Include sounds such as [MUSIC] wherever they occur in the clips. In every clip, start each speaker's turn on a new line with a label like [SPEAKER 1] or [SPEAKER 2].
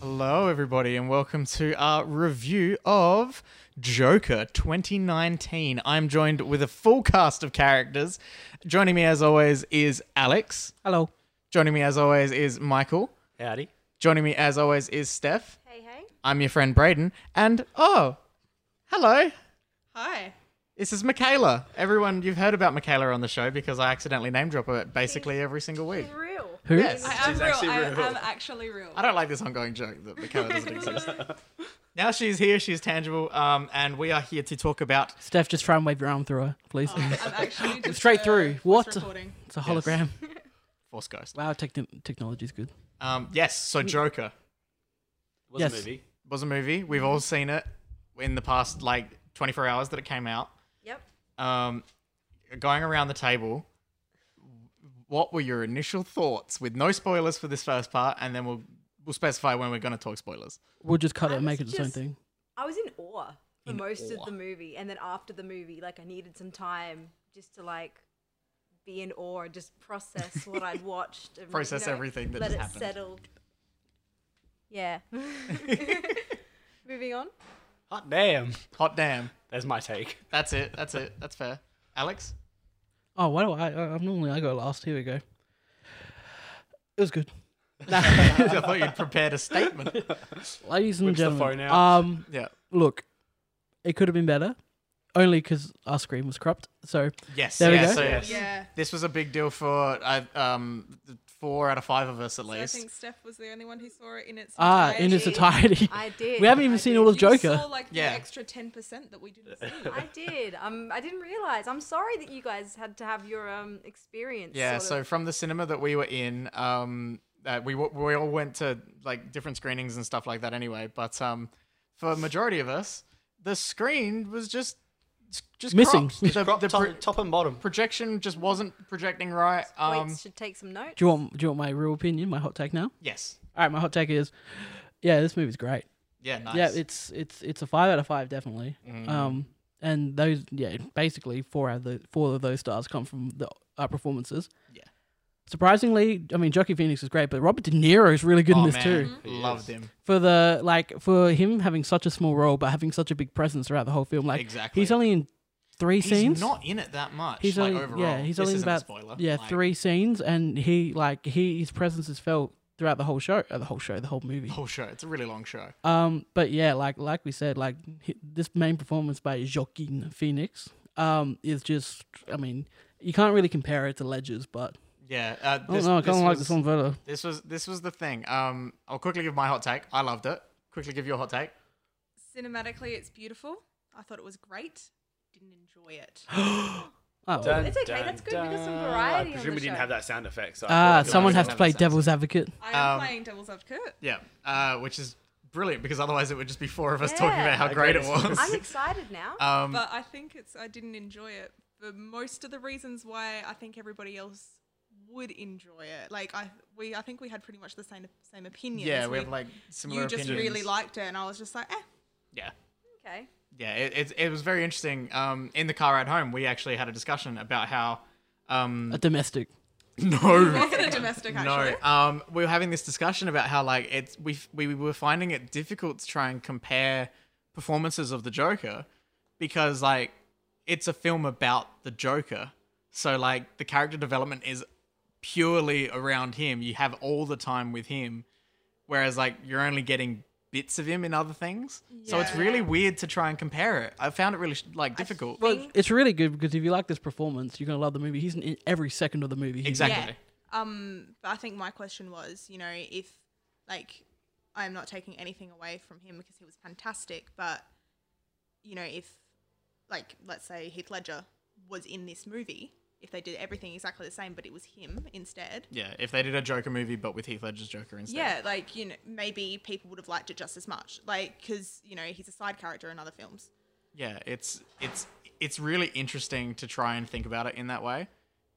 [SPEAKER 1] Hello, everybody, and welcome to our review of Joker 2019. I'm joined with a full cast of characters. Joining me, as always, is Alex.
[SPEAKER 2] Hello.
[SPEAKER 1] Joining me, as always, is Michael.
[SPEAKER 2] Howdy.
[SPEAKER 1] Joining me, as always, is Steph.
[SPEAKER 3] Hey, hey.
[SPEAKER 1] I'm your friend Braden. And oh, hello.
[SPEAKER 3] Hi.
[SPEAKER 1] This is Michaela. Everyone, you've heard about Michaela on the show because I accidentally name drop her basically every single week.
[SPEAKER 3] Real.
[SPEAKER 2] Who?
[SPEAKER 1] Yes.
[SPEAKER 3] I am
[SPEAKER 4] She's
[SPEAKER 3] real.
[SPEAKER 4] actually
[SPEAKER 3] I
[SPEAKER 4] real.
[SPEAKER 3] am actually real.
[SPEAKER 1] I don't like this ongoing joke that Michaela
[SPEAKER 2] [LAUGHS]
[SPEAKER 1] doesn't exist. [LAUGHS] now she's here, she's tangible, um, and we are here to talk about
[SPEAKER 2] Steph, just try and wave your arm through her, please.
[SPEAKER 3] I'm
[SPEAKER 2] [LAUGHS]
[SPEAKER 3] actually just,
[SPEAKER 2] Straight
[SPEAKER 3] uh,
[SPEAKER 2] through.
[SPEAKER 3] just
[SPEAKER 2] What?
[SPEAKER 3] recording.
[SPEAKER 2] It's a
[SPEAKER 3] [LAUGHS]
[SPEAKER 2] hologram.
[SPEAKER 1] Force Ghost.
[SPEAKER 2] Wow, techn- technology's good.
[SPEAKER 1] Um, yes,
[SPEAKER 2] Hmm.
[SPEAKER 1] so Joker
[SPEAKER 4] was
[SPEAKER 2] Yes.
[SPEAKER 4] a movie.
[SPEAKER 1] was a movie. We've all seen it in the past like 24 hours that it came out.
[SPEAKER 3] Yep.
[SPEAKER 1] Um, going around the table, what were your initial thoughts with no spoilers for this first part, and then we'll we'll specify when we're going to talk spoilers.
[SPEAKER 2] We'll just cut it and
[SPEAKER 3] I
[SPEAKER 2] make it
[SPEAKER 3] was
[SPEAKER 2] its own
[SPEAKER 3] just-
[SPEAKER 2] thing.
[SPEAKER 3] I was in awe for
[SPEAKER 1] In
[SPEAKER 3] most
[SPEAKER 1] awe.
[SPEAKER 3] of the movie, and then after the movie, like I needed some time just to like be in awe and just process
[SPEAKER 1] [LAUGHS]
[SPEAKER 3] what I'd watched. And,
[SPEAKER 1] Process
[SPEAKER 3] you know,
[SPEAKER 1] everything that
[SPEAKER 3] let
[SPEAKER 1] just
[SPEAKER 3] it
[SPEAKER 1] happened.
[SPEAKER 3] settle. Yeah.
[SPEAKER 1] [LAUGHS]
[SPEAKER 3] [LAUGHS] Moving on.
[SPEAKER 4] Hot damn.
[SPEAKER 1] Hot damn,
[SPEAKER 4] That's my take.
[SPEAKER 1] that's it. That's it. That's fair.
[SPEAKER 2] [LAUGHS]
[SPEAKER 1] Alex, [LAUGHS]
[SPEAKER 2] Oh, why do I? I I'm normally I go last. Here we go. It was good,
[SPEAKER 1] I thought you'd prepared a
[SPEAKER 2] [LAUGHS]
[SPEAKER 1] statement.
[SPEAKER 2] ladies and
[SPEAKER 4] Whips the
[SPEAKER 2] gentlemen.
[SPEAKER 4] phone out.
[SPEAKER 2] Um,
[SPEAKER 1] Yeah.
[SPEAKER 2] look, it could have been better, only because our screen was cropped. So
[SPEAKER 1] Yes.
[SPEAKER 2] There we
[SPEAKER 1] yeah,
[SPEAKER 2] go.
[SPEAKER 1] so
[SPEAKER 4] Yes.
[SPEAKER 5] Yeah.
[SPEAKER 1] This was a big deal for I um four out of five of us at
[SPEAKER 5] So I
[SPEAKER 1] least.
[SPEAKER 5] think Steph was the only one who saw it in its
[SPEAKER 2] ah, in its
[SPEAKER 5] entirety.
[SPEAKER 2] entirety,
[SPEAKER 3] [LAUGHS] I did.
[SPEAKER 2] we haven't even
[SPEAKER 3] I
[SPEAKER 2] seen
[SPEAKER 3] did.
[SPEAKER 2] all of
[SPEAKER 5] You
[SPEAKER 2] Joker.
[SPEAKER 5] saw like the
[SPEAKER 1] Yeah.
[SPEAKER 5] extra ten percent that we didn't see.
[SPEAKER 1] [LAUGHS]
[SPEAKER 3] I did. Um, I didn't realize. I'm sorry that you guys had to have your um experience.
[SPEAKER 1] Yeah,
[SPEAKER 3] sort
[SPEAKER 1] so
[SPEAKER 3] of.
[SPEAKER 1] from the cinema that we were in, um, uh, we w- we all went to like different screenings and stuff like that anyway. But um, for majority of us, the screen was just just
[SPEAKER 2] Missing.
[SPEAKER 1] cropped. The,
[SPEAKER 4] Crop
[SPEAKER 1] the
[SPEAKER 4] top,
[SPEAKER 1] pro-
[SPEAKER 4] top and bottom.
[SPEAKER 1] projection just wasn't projecting right. Um,
[SPEAKER 3] Waits should take some notes.
[SPEAKER 2] Do you want? Do you want my real opinion? My hot take now.
[SPEAKER 1] yes,
[SPEAKER 2] All right, my hot take is, yeah, this movie's great.
[SPEAKER 1] yeah, nice. Mm-hmm.
[SPEAKER 2] Yeah, it's it's it's a five out of five definitely. Um, and those yeah, basically four out of the four of those stars come from the uh, performances.
[SPEAKER 1] Yeah.
[SPEAKER 2] Surprisingly, I mean, Jockey Phoenix is great, but Robert De Niro is really good
[SPEAKER 1] oh,
[SPEAKER 2] in this
[SPEAKER 1] man.
[SPEAKER 2] too.
[SPEAKER 1] Loved him.
[SPEAKER 2] For the like, for him having such a small role but having such a big presence throughout the whole film, like
[SPEAKER 1] Exactly.
[SPEAKER 2] he's only in three
[SPEAKER 1] He's
[SPEAKER 2] scenes.
[SPEAKER 1] not in it that much.
[SPEAKER 2] He's
[SPEAKER 1] like,
[SPEAKER 2] only
[SPEAKER 1] overall.
[SPEAKER 2] yeah, he's
[SPEAKER 1] This
[SPEAKER 2] only in
[SPEAKER 1] isn't a
[SPEAKER 2] about
[SPEAKER 1] spoiler.
[SPEAKER 2] yeah
[SPEAKER 1] like,
[SPEAKER 2] three scenes, and he like he his presence is felt throughout the whole show, uh, the whole show, the whole movie.
[SPEAKER 1] Whole show. It's a really long show.
[SPEAKER 2] Um, but yeah, like like we said, like hi- this main performance by Joaquin Phoenix, um, is just I mean, you can't really compare it to Ledger's, but
[SPEAKER 1] Yeah. Uh,
[SPEAKER 2] I don't know, Oh, I kind of like
[SPEAKER 1] was-
[SPEAKER 2] this one better.
[SPEAKER 1] This was this was the thing. Um, I'll quickly give my hot take. I loved it. Quickly give your hot take.
[SPEAKER 5] Cinematically, it's beautiful. I thought it was great. Didn't enjoy
[SPEAKER 2] [GASPS]
[SPEAKER 5] it.
[SPEAKER 2] Oh,
[SPEAKER 4] Dun,
[SPEAKER 3] It's okay,
[SPEAKER 4] dun,
[SPEAKER 3] that's good. We got some
[SPEAKER 4] dun.
[SPEAKER 3] variety on
[SPEAKER 4] I
[SPEAKER 3] the
[SPEAKER 4] presume we didn't
[SPEAKER 3] show.
[SPEAKER 4] have that sound effect. So I
[SPEAKER 2] ah,
[SPEAKER 4] thought it
[SPEAKER 2] someone
[SPEAKER 4] was-
[SPEAKER 2] has to play
[SPEAKER 1] Sense.
[SPEAKER 2] devil's advocate.
[SPEAKER 5] I am
[SPEAKER 1] Um,
[SPEAKER 5] playing Devil's Advocate.
[SPEAKER 1] Yeah, uh, which is brilliant because otherwise it would just be four of us talking
[SPEAKER 3] Yeah.
[SPEAKER 1] about how
[SPEAKER 4] I
[SPEAKER 1] great it
[SPEAKER 4] agree.
[SPEAKER 1] was. [LAUGHS]
[SPEAKER 3] I'm excited now.
[SPEAKER 1] Um,
[SPEAKER 5] But I think it's I didn't enjoy it for most of the reasons why I think everybody else would enjoy it. Like I we I think we had pretty much the same same opinions.
[SPEAKER 1] yeah, we
[SPEAKER 5] We-
[SPEAKER 1] have like similar
[SPEAKER 5] you just
[SPEAKER 1] opinions.
[SPEAKER 5] really liked it, and I was just like, eh.
[SPEAKER 1] yeah.
[SPEAKER 3] okay.
[SPEAKER 1] Yeah, it, it, it was very interesting. Um, in the car ride home, we actually had a discussion about how. Um,
[SPEAKER 2] A domestic.
[SPEAKER 5] [LAUGHS]
[SPEAKER 1] no.
[SPEAKER 5] Was it a domestic actually?
[SPEAKER 1] No, um, we were having this discussion about how like it's we f- we were finding it difficult to try and compare performances of the Joker because like it's a film about the Joker, so like the character development is purely around him. You have all the time with him, whereas like you're only getting bits of him in other things. So it's
[SPEAKER 5] Yeah.
[SPEAKER 1] really weird to try and compare it. I found it really like difficult.
[SPEAKER 2] Well, it's really good because if you like this performance, you're gonna love the movie. He's in e, every second of the movie. He's in.
[SPEAKER 1] exactly.
[SPEAKER 5] Um, but I think my question was, you know, if like I'm not taking anything away from him because he was fantastic, but you know, if like let's say Heath Ledger was in this movie, if they did everything exactly the same, but it was him instead.
[SPEAKER 1] Yeah, if they did a Joker movie but with Heath Ledger's Joker instead.
[SPEAKER 5] Yeah, like you know, maybe people would have liked it just as much, like because you know he's a side character in other films.
[SPEAKER 1] yeah it's it's it's really interesting to try and think about it in that way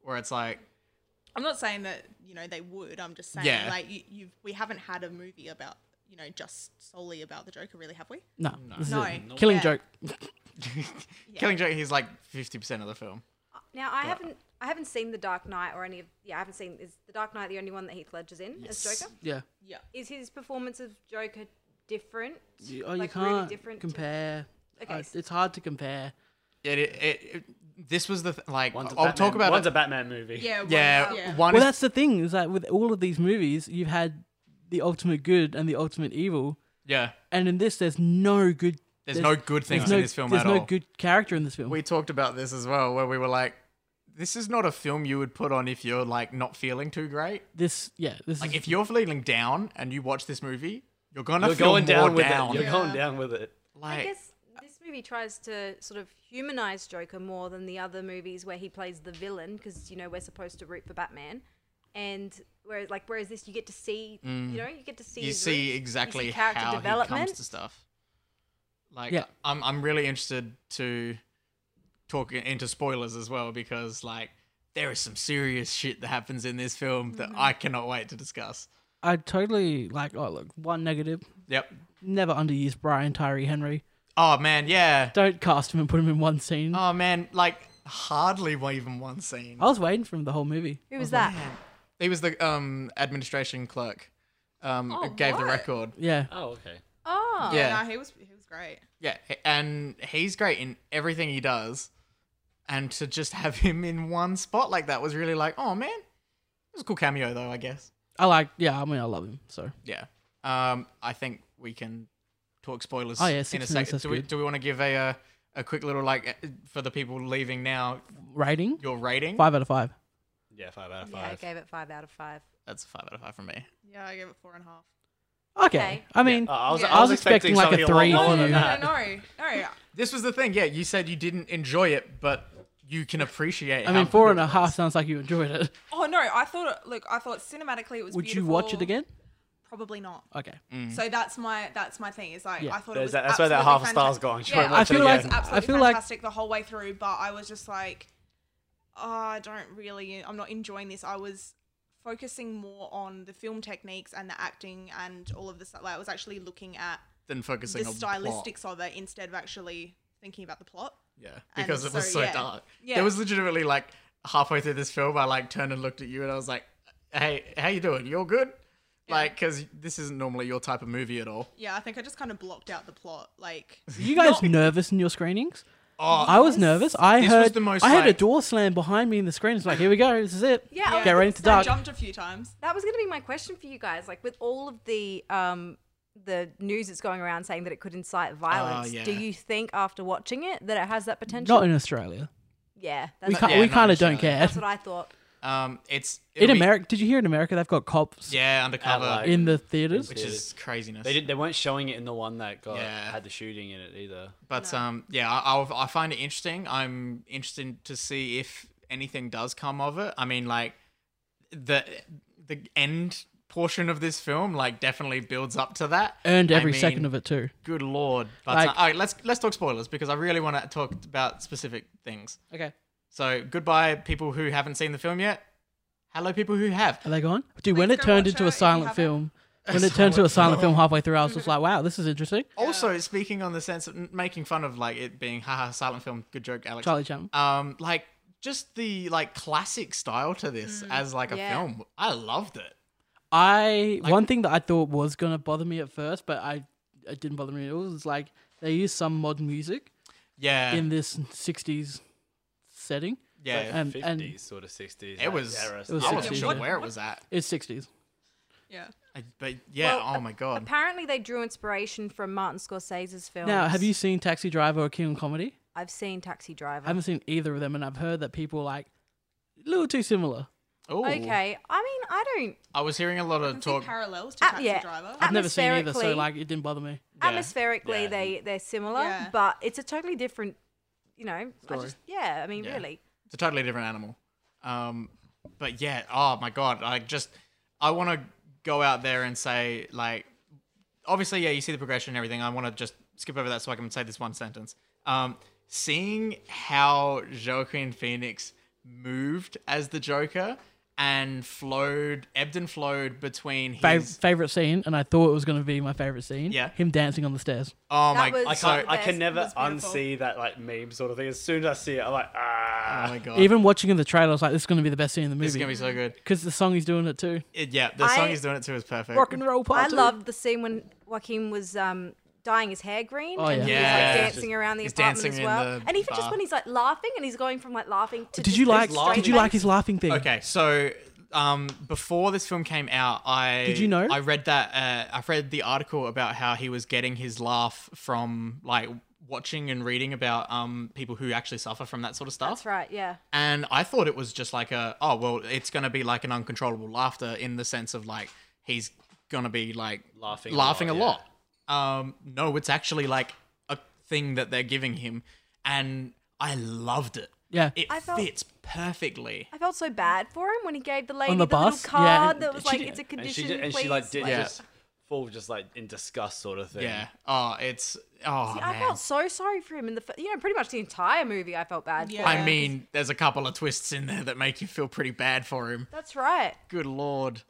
[SPEAKER 1] where it's like [LAUGHS]
[SPEAKER 5] I'm not saying that you know they would. I'm just saying
[SPEAKER 1] Yeah.
[SPEAKER 5] like you, you've we haven't had a movie about you know just solely about the Joker, really, have we?
[SPEAKER 2] No, this is
[SPEAKER 5] No.
[SPEAKER 2] it. Killing
[SPEAKER 5] Yeah.
[SPEAKER 2] Joke.
[SPEAKER 1] killing joke he's like 50% of the film
[SPEAKER 3] Now I haven't I haven't seen The Dark Knight or any of yeah I haven't seen is The Dark Knight the only one that Heath Ledger's in as
[SPEAKER 1] Yes.
[SPEAKER 3] Joker?
[SPEAKER 2] Yeah.
[SPEAKER 5] Yeah.
[SPEAKER 3] Is his performance of Joker different?
[SPEAKER 2] You, oh,
[SPEAKER 3] Like,
[SPEAKER 2] you
[SPEAKER 3] really
[SPEAKER 2] can't
[SPEAKER 3] different to-
[SPEAKER 2] compare.
[SPEAKER 3] Okay,
[SPEAKER 2] Uh,
[SPEAKER 3] s-
[SPEAKER 2] it's hard to compare.
[SPEAKER 1] It, it, it, it- this was the th- like
[SPEAKER 4] One's a
[SPEAKER 1] I'll
[SPEAKER 4] Batman-
[SPEAKER 1] talk about
[SPEAKER 4] one's
[SPEAKER 1] it.
[SPEAKER 4] a Batman movie.
[SPEAKER 5] Yeah.
[SPEAKER 1] yeah,
[SPEAKER 5] well, yeah.
[SPEAKER 1] one
[SPEAKER 2] well,
[SPEAKER 1] is
[SPEAKER 2] that's the thing is that with all of these movies, you've had the ultimate good and the ultimate evil,
[SPEAKER 1] yeah.
[SPEAKER 2] and in this, there's no good.
[SPEAKER 1] There's, no good things
[SPEAKER 2] there's no,
[SPEAKER 1] in this film
[SPEAKER 2] There's
[SPEAKER 1] at
[SPEAKER 2] no
[SPEAKER 1] all.
[SPEAKER 2] good character in this film.
[SPEAKER 1] we talked about this as well, where we were like, "This is not a film you would put on if you're like not feeling too great.
[SPEAKER 2] this, yeah, this
[SPEAKER 1] Like
[SPEAKER 2] is
[SPEAKER 1] if you're feeling down and you watch this movie, you're gonna
[SPEAKER 4] You're
[SPEAKER 1] feel
[SPEAKER 4] going
[SPEAKER 1] more
[SPEAKER 4] down with it. You're
[SPEAKER 5] Yeah.
[SPEAKER 4] going down with it.
[SPEAKER 1] Like,
[SPEAKER 3] I guess this movie tries to sort of humanize Joker more than the other movies where he plays the villain because you know we're supposed to root for Batman, and whereas like whereas this you get to see you know you get to see
[SPEAKER 1] you
[SPEAKER 3] his
[SPEAKER 1] see
[SPEAKER 3] roots,
[SPEAKER 1] exactly
[SPEAKER 3] you see character
[SPEAKER 1] how he
[SPEAKER 3] development.
[SPEAKER 1] comes to stuff. Like,
[SPEAKER 2] Yeah.
[SPEAKER 1] I'm I'm really interested to talk i- into spoilers as well because like there is some serious shit that happens in this film
[SPEAKER 3] Mm-hmm.
[SPEAKER 1] that I cannot wait to discuss.
[SPEAKER 2] I totally like. Oh, look, one negative.
[SPEAKER 1] Yep.
[SPEAKER 2] Never underuse Brian Tyree Henry.
[SPEAKER 1] Oh man, yeah.
[SPEAKER 2] Don't cast him and put him in one scene.
[SPEAKER 1] Oh man, like hardly even one scene.
[SPEAKER 3] Oh.
[SPEAKER 2] I was waiting for him the whole movie.
[SPEAKER 3] Who was that?
[SPEAKER 1] He was the um administration clerk. Um,
[SPEAKER 3] Oh,
[SPEAKER 1] gave the
[SPEAKER 3] what?
[SPEAKER 1] record.
[SPEAKER 2] Yeah,
[SPEAKER 4] Oh, okay.
[SPEAKER 3] Oh,
[SPEAKER 1] Yeah.
[SPEAKER 5] No, he was he was great.
[SPEAKER 1] Yeah, and he's great in everything he does. And to just have [LAUGHS] him in one spot like that was really like, oh man, it was a cool cameo though, I guess.
[SPEAKER 2] I like. Yeah, I mean, I love him. So
[SPEAKER 1] Yeah. Um, I think we can talk spoilers.
[SPEAKER 2] Oh, yeah, six minutes, that's
[SPEAKER 1] Do we
[SPEAKER 2] good.
[SPEAKER 1] do we want to give a uh, a quick little like uh, for the people leaving now
[SPEAKER 2] rating
[SPEAKER 1] your rating?
[SPEAKER 2] five out of five.
[SPEAKER 4] Yeah, five out of
[SPEAKER 3] yeah, I
[SPEAKER 4] five.
[SPEAKER 3] gave it five out of five.
[SPEAKER 1] That's a five out of five from me.
[SPEAKER 5] Yeah, I gave it four and a half.
[SPEAKER 2] Okay.
[SPEAKER 3] Okay.
[SPEAKER 2] I mean,
[SPEAKER 4] Oh,
[SPEAKER 1] Uh,
[SPEAKER 4] I, was,
[SPEAKER 5] Yeah.
[SPEAKER 4] I was expecting,
[SPEAKER 2] like
[SPEAKER 4] something
[SPEAKER 2] a
[SPEAKER 4] lot
[SPEAKER 2] three
[SPEAKER 4] lower
[SPEAKER 2] from
[SPEAKER 4] than
[SPEAKER 2] you.
[SPEAKER 5] Oh, No,
[SPEAKER 4] that.
[SPEAKER 5] no, no.
[SPEAKER 1] This was the thing. Yeah, you said you didn't enjoy it, but you can appreciate.
[SPEAKER 2] I
[SPEAKER 1] how
[SPEAKER 2] mean, four
[SPEAKER 1] good
[SPEAKER 2] and
[SPEAKER 1] it
[SPEAKER 2] a
[SPEAKER 1] was.
[SPEAKER 2] half sounds like you enjoyed it.
[SPEAKER 5] Oh no, I thought it- look, I thought cinematically it was.
[SPEAKER 2] Would you watch it
[SPEAKER 5] beautiful.
[SPEAKER 2] again?
[SPEAKER 5] Probably not.
[SPEAKER 2] Okay.
[SPEAKER 5] So that's my that's my thing. Is like
[SPEAKER 2] Yeah.
[SPEAKER 5] I thought it
[SPEAKER 4] There's
[SPEAKER 5] was.
[SPEAKER 4] that- That's where that
[SPEAKER 5] absolutely
[SPEAKER 4] half a star's
[SPEAKER 5] fantastic.
[SPEAKER 4] going.
[SPEAKER 5] Yeah. I
[SPEAKER 2] feel like-
[SPEAKER 5] It's
[SPEAKER 2] I
[SPEAKER 5] absolutely
[SPEAKER 2] feel like-
[SPEAKER 5] fantastic the whole way through, but I was just like, oh, I don't really. I'm not enjoying this. I was focusing more on the film techniques and the acting and all of this. stuff. Like I was actually looking at
[SPEAKER 1] Then
[SPEAKER 5] the
[SPEAKER 1] focusing on plot.
[SPEAKER 5] stylistics of it instead of actually thinking about the plot.
[SPEAKER 1] Yeah,
[SPEAKER 5] And
[SPEAKER 1] because it was
[SPEAKER 5] so,
[SPEAKER 1] so
[SPEAKER 5] yeah.
[SPEAKER 1] dark.
[SPEAKER 5] Yeah.
[SPEAKER 1] There was legitimately like halfway through this film, I like turned and looked at you, and I was like, "Hey, how you doing? You're good." Like 'cause Like, because this isn't normally your type of movie at all.
[SPEAKER 5] Yeah, I think I just kind of blocked out the plot. Like,
[SPEAKER 1] [LAUGHS] Mm-hmm.
[SPEAKER 2] Were you guys nervous in your screenings?
[SPEAKER 1] Oh,
[SPEAKER 2] I was nervous. I
[SPEAKER 1] This was
[SPEAKER 2] heard
[SPEAKER 1] the most,
[SPEAKER 2] I heard a
[SPEAKER 1] like-
[SPEAKER 2] door slam behind me in the screen. It's like, here we go. This is it.
[SPEAKER 3] Yeah, I was
[SPEAKER 2] Get ready
[SPEAKER 3] gonna
[SPEAKER 2] to
[SPEAKER 3] say,
[SPEAKER 5] I
[SPEAKER 2] dark.
[SPEAKER 5] jumped a few times.
[SPEAKER 3] That was going to be my question for you guys. Like with all of the um the news that's going around saying that it could incite violence,
[SPEAKER 1] Oh, yeah.
[SPEAKER 3] do you think after watching it that it has that potential?
[SPEAKER 2] Not in Australia.
[SPEAKER 3] yeah,
[SPEAKER 2] We
[SPEAKER 3] that's,
[SPEAKER 2] can't,
[SPEAKER 1] yeah,
[SPEAKER 2] we
[SPEAKER 1] not
[SPEAKER 2] kind
[SPEAKER 1] in
[SPEAKER 2] of don't
[SPEAKER 1] Australia.
[SPEAKER 2] care.
[SPEAKER 3] that's
[SPEAKER 2] [LAUGHS]
[SPEAKER 3] what I thought.
[SPEAKER 1] Um, it's
[SPEAKER 2] In
[SPEAKER 1] it'll be-
[SPEAKER 2] America, did you hear in America they've got cops
[SPEAKER 1] yeah, undercover,
[SPEAKER 4] Adelaide.
[SPEAKER 2] in the theaters?
[SPEAKER 1] which is craziness.
[SPEAKER 4] They did. They weren't showing it in the one that got
[SPEAKER 1] Yeah.
[SPEAKER 4] had the shooting in it either.
[SPEAKER 1] But um, yeah, I, I'll- I find it interesting. I'm interested to see if anything does come of it. I mean, like the the end portion of this film, like definitely builds up to that.
[SPEAKER 2] Earned
[SPEAKER 1] I
[SPEAKER 2] every
[SPEAKER 1] mean,
[SPEAKER 2] second of it too.
[SPEAKER 1] Good lord! But
[SPEAKER 2] Like-
[SPEAKER 1] uh, all right, let's let's talk spoilers because I really want to talk about specific things.
[SPEAKER 2] Okay.
[SPEAKER 1] So goodbye, people who haven't seen the film yet. Hello, people who have.
[SPEAKER 2] Are they gone? Dude, when
[SPEAKER 5] Please
[SPEAKER 2] it
[SPEAKER 5] go
[SPEAKER 2] turned
[SPEAKER 5] watch
[SPEAKER 2] into
[SPEAKER 5] it
[SPEAKER 2] a
[SPEAKER 5] if you
[SPEAKER 2] silent
[SPEAKER 1] [LAUGHS]
[SPEAKER 5] haven't.
[SPEAKER 2] film, when it turned to a
[SPEAKER 1] Silent
[SPEAKER 2] silent film halfway through, I was just like, wow, this is interesting.
[SPEAKER 1] Also, speaking on the sense of n- making fun of like it being haha silent film, good joke, Alex.
[SPEAKER 2] Charlie Chaplin.
[SPEAKER 1] Um, like just the like classic style to this as like a
[SPEAKER 3] Mm, Yeah.
[SPEAKER 1] film. I loved it.
[SPEAKER 2] I one thing that I thought was gonna bother me at first, but I it didn't bother me at all. Is like they use some modern music
[SPEAKER 1] Yeah,
[SPEAKER 2] in um, this '60s setting.
[SPEAKER 1] yeah.
[SPEAKER 2] And- and-
[SPEAKER 4] Fifties, sort of sixties.
[SPEAKER 1] it was.
[SPEAKER 4] Era
[SPEAKER 2] was
[SPEAKER 1] I
[SPEAKER 4] stuff.
[SPEAKER 1] wasn't
[SPEAKER 2] sixties,
[SPEAKER 1] sure
[SPEAKER 2] yeah.
[SPEAKER 1] where it was at.
[SPEAKER 2] It's '60s.
[SPEAKER 5] Yeah.
[SPEAKER 1] I- But yeah,
[SPEAKER 3] Well,
[SPEAKER 1] oh my god.
[SPEAKER 3] Apparently, they drew inspiration from Martin Scorsese's film.
[SPEAKER 2] Now, have you seen Taxi Driver or King Comedy?
[SPEAKER 3] I've seen Taxi
[SPEAKER 2] I
[SPEAKER 3] Driver.
[SPEAKER 2] haven't seen either of them, and I've heard that people are like a little too similar.
[SPEAKER 1] Oh,
[SPEAKER 3] Okay, I mean, I don't.
[SPEAKER 1] I was hearing a lot of
[SPEAKER 5] I can
[SPEAKER 1] talk.
[SPEAKER 5] see parallels to
[SPEAKER 3] Ah,
[SPEAKER 5] Taxi
[SPEAKER 3] yeah.
[SPEAKER 5] Driver.
[SPEAKER 2] I've never seen either, so
[SPEAKER 3] Atmospherically-
[SPEAKER 2] like it didn't bother me.
[SPEAKER 4] Yeah.
[SPEAKER 3] Atmospherically,
[SPEAKER 4] Yeah.
[SPEAKER 3] they they're similar,
[SPEAKER 5] Yeah.
[SPEAKER 3] but it's a totally different. You know, I
[SPEAKER 1] Story.
[SPEAKER 3] just yeah. I mean,
[SPEAKER 1] Yeah.
[SPEAKER 3] really,
[SPEAKER 1] It's a totally different animal. Um, but yeah, oh my god, I just I want to go out there and say like, obviously, yeah, you see the progression and everything. I want to just skip over that so I can say this one sentence. Um, seeing how Joaquin Phoenix moved as the Joker and flowed, ebbed and flowed between his.
[SPEAKER 2] Fa- favorite scene, and I thought it was gonna be my favorite scene.
[SPEAKER 1] Yeah.
[SPEAKER 2] him dancing on the stairs.
[SPEAKER 1] oh
[SPEAKER 3] That
[SPEAKER 1] my,
[SPEAKER 3] was-
[SPEAKER 4] I
[SPEAKER 1] so
[SPEAKER 4] can't. I
[SPEAKER 3] Best.
[SPEAKER 4] can never
[SPEAKER 5] It was beautiful.
[SPEAKER 4] unsee that like meme sort of thing. As soon as I see it, I'm like, ah,
[SPEAKER 1] Oh my god.
[SPEAKER 2] Even watching in the trailer, I was like, "This is gonna be the best scene in the
[SPEAKER 1] this is gonna
[SPEAKER 2] movie."
[SPEAKER 1] be so good.
[SPEAKER 2] Because the song he's doing it too.
[SPEAKER 1] It- yeah, the
[SPEAKER 3] I-
[SPEAKER 1] song he's doing it to is perfect.
[SPEAKER 2] Rock and roll
[SPEAKER 3] I
[SPEAKER 2] part. two.
[SPEAKER 3] loved the scene when Joaquin was um, dyeing his hair green
[SPEAKER 2] Oh,
[SPEAKER 3] and
[SPEAKER 2] yeah.
[SPEAKER 3] he
[SPEAKER 1] Yeah.
[SPEAKER 3] was like dancing around the
[SPEAKER 1] He's
[SPEAKER 3] apartment
[SPEAKER 1] dancing
[SPEAKER 3] as
[SPEAKER 1] in
[SPEAKER 3] well.
[SPEAKER 1] the
[SPEAKER 3] And even
[SPEAKER 1] bar.
[SPEAKER 3] just when he's like laughing and he's going from like laughing to
[SPEAKER 2] Did you like? Did you like his laughing thing?
[SPEAKER 1] Okay, so um, before this film came out, I
[SPEAKER 2] Did you know?
[SPEAKER 1] I read that uh, I read the article about how he was getting his laugh from like watching and reading about um people who actually suffer from that sort of stuff.
[SPEAKER 3] That's right, yeah.
[SPEAKER 1] And I thought it was just like a oh well, it's gonna be like an uncontrollable laughter in the sense of like he's gonna be like
[SPEAKER 4] Laughing a
[SPEAKER 1] laughing a
[SPEAKER 4] lot,
[SPEAKER 1] lot. Um, no, it's actually like a thing that they're giving him, and I loved it.
[SPEAKER 2] Yeah.
[SPEAKER 1] It
[SPEAKER 3] I felt-
[SPEAKER 1] fits perfectly.
[SPEAKER 3] I felt so bad for him when he gave the lady
[SPEAKER 2] the
[SPEAKER 3] the,
[SPEAKER 2] bus?
[SPEAKER 3] little
[SPEAKER 2] Yeah,
[SPEAKER 3] card
[SPEAKER 2] and
[SPEAKER 3] that was
[SPEAKER 2] she
[SPEAKER 3] like,
[SPEAKER 2] did-
[SPEAKER 3] it's a
[SPEAKER 4] And she
[SPEAKER 3] condition,
[SPEAKER 4] just, and
[SPEAKER 3] please.
[SPEAKER 4] she like did
[SPEAKER 1] Yeah.
[SPEAKER 4] just fall just like in disgust sort of thing.
[SPEAKER 1] Yeah. Oh, it's oh
[SPEAKER 3] See,
[SPEAKER 1] man.
[SPEAKER 3] I felt so sorry for him in the, f- you know, pretty much the entire movie. I felt bad.
[SPEAKER 5] Yeah.
[SPEAKER 3] for him.
[SPEAKER 1] I mean, there's a couple of twists in there that make you feel pretty bad for him.
[SPEAKER 3] that's right.
[SPEAKER 1] Good lord.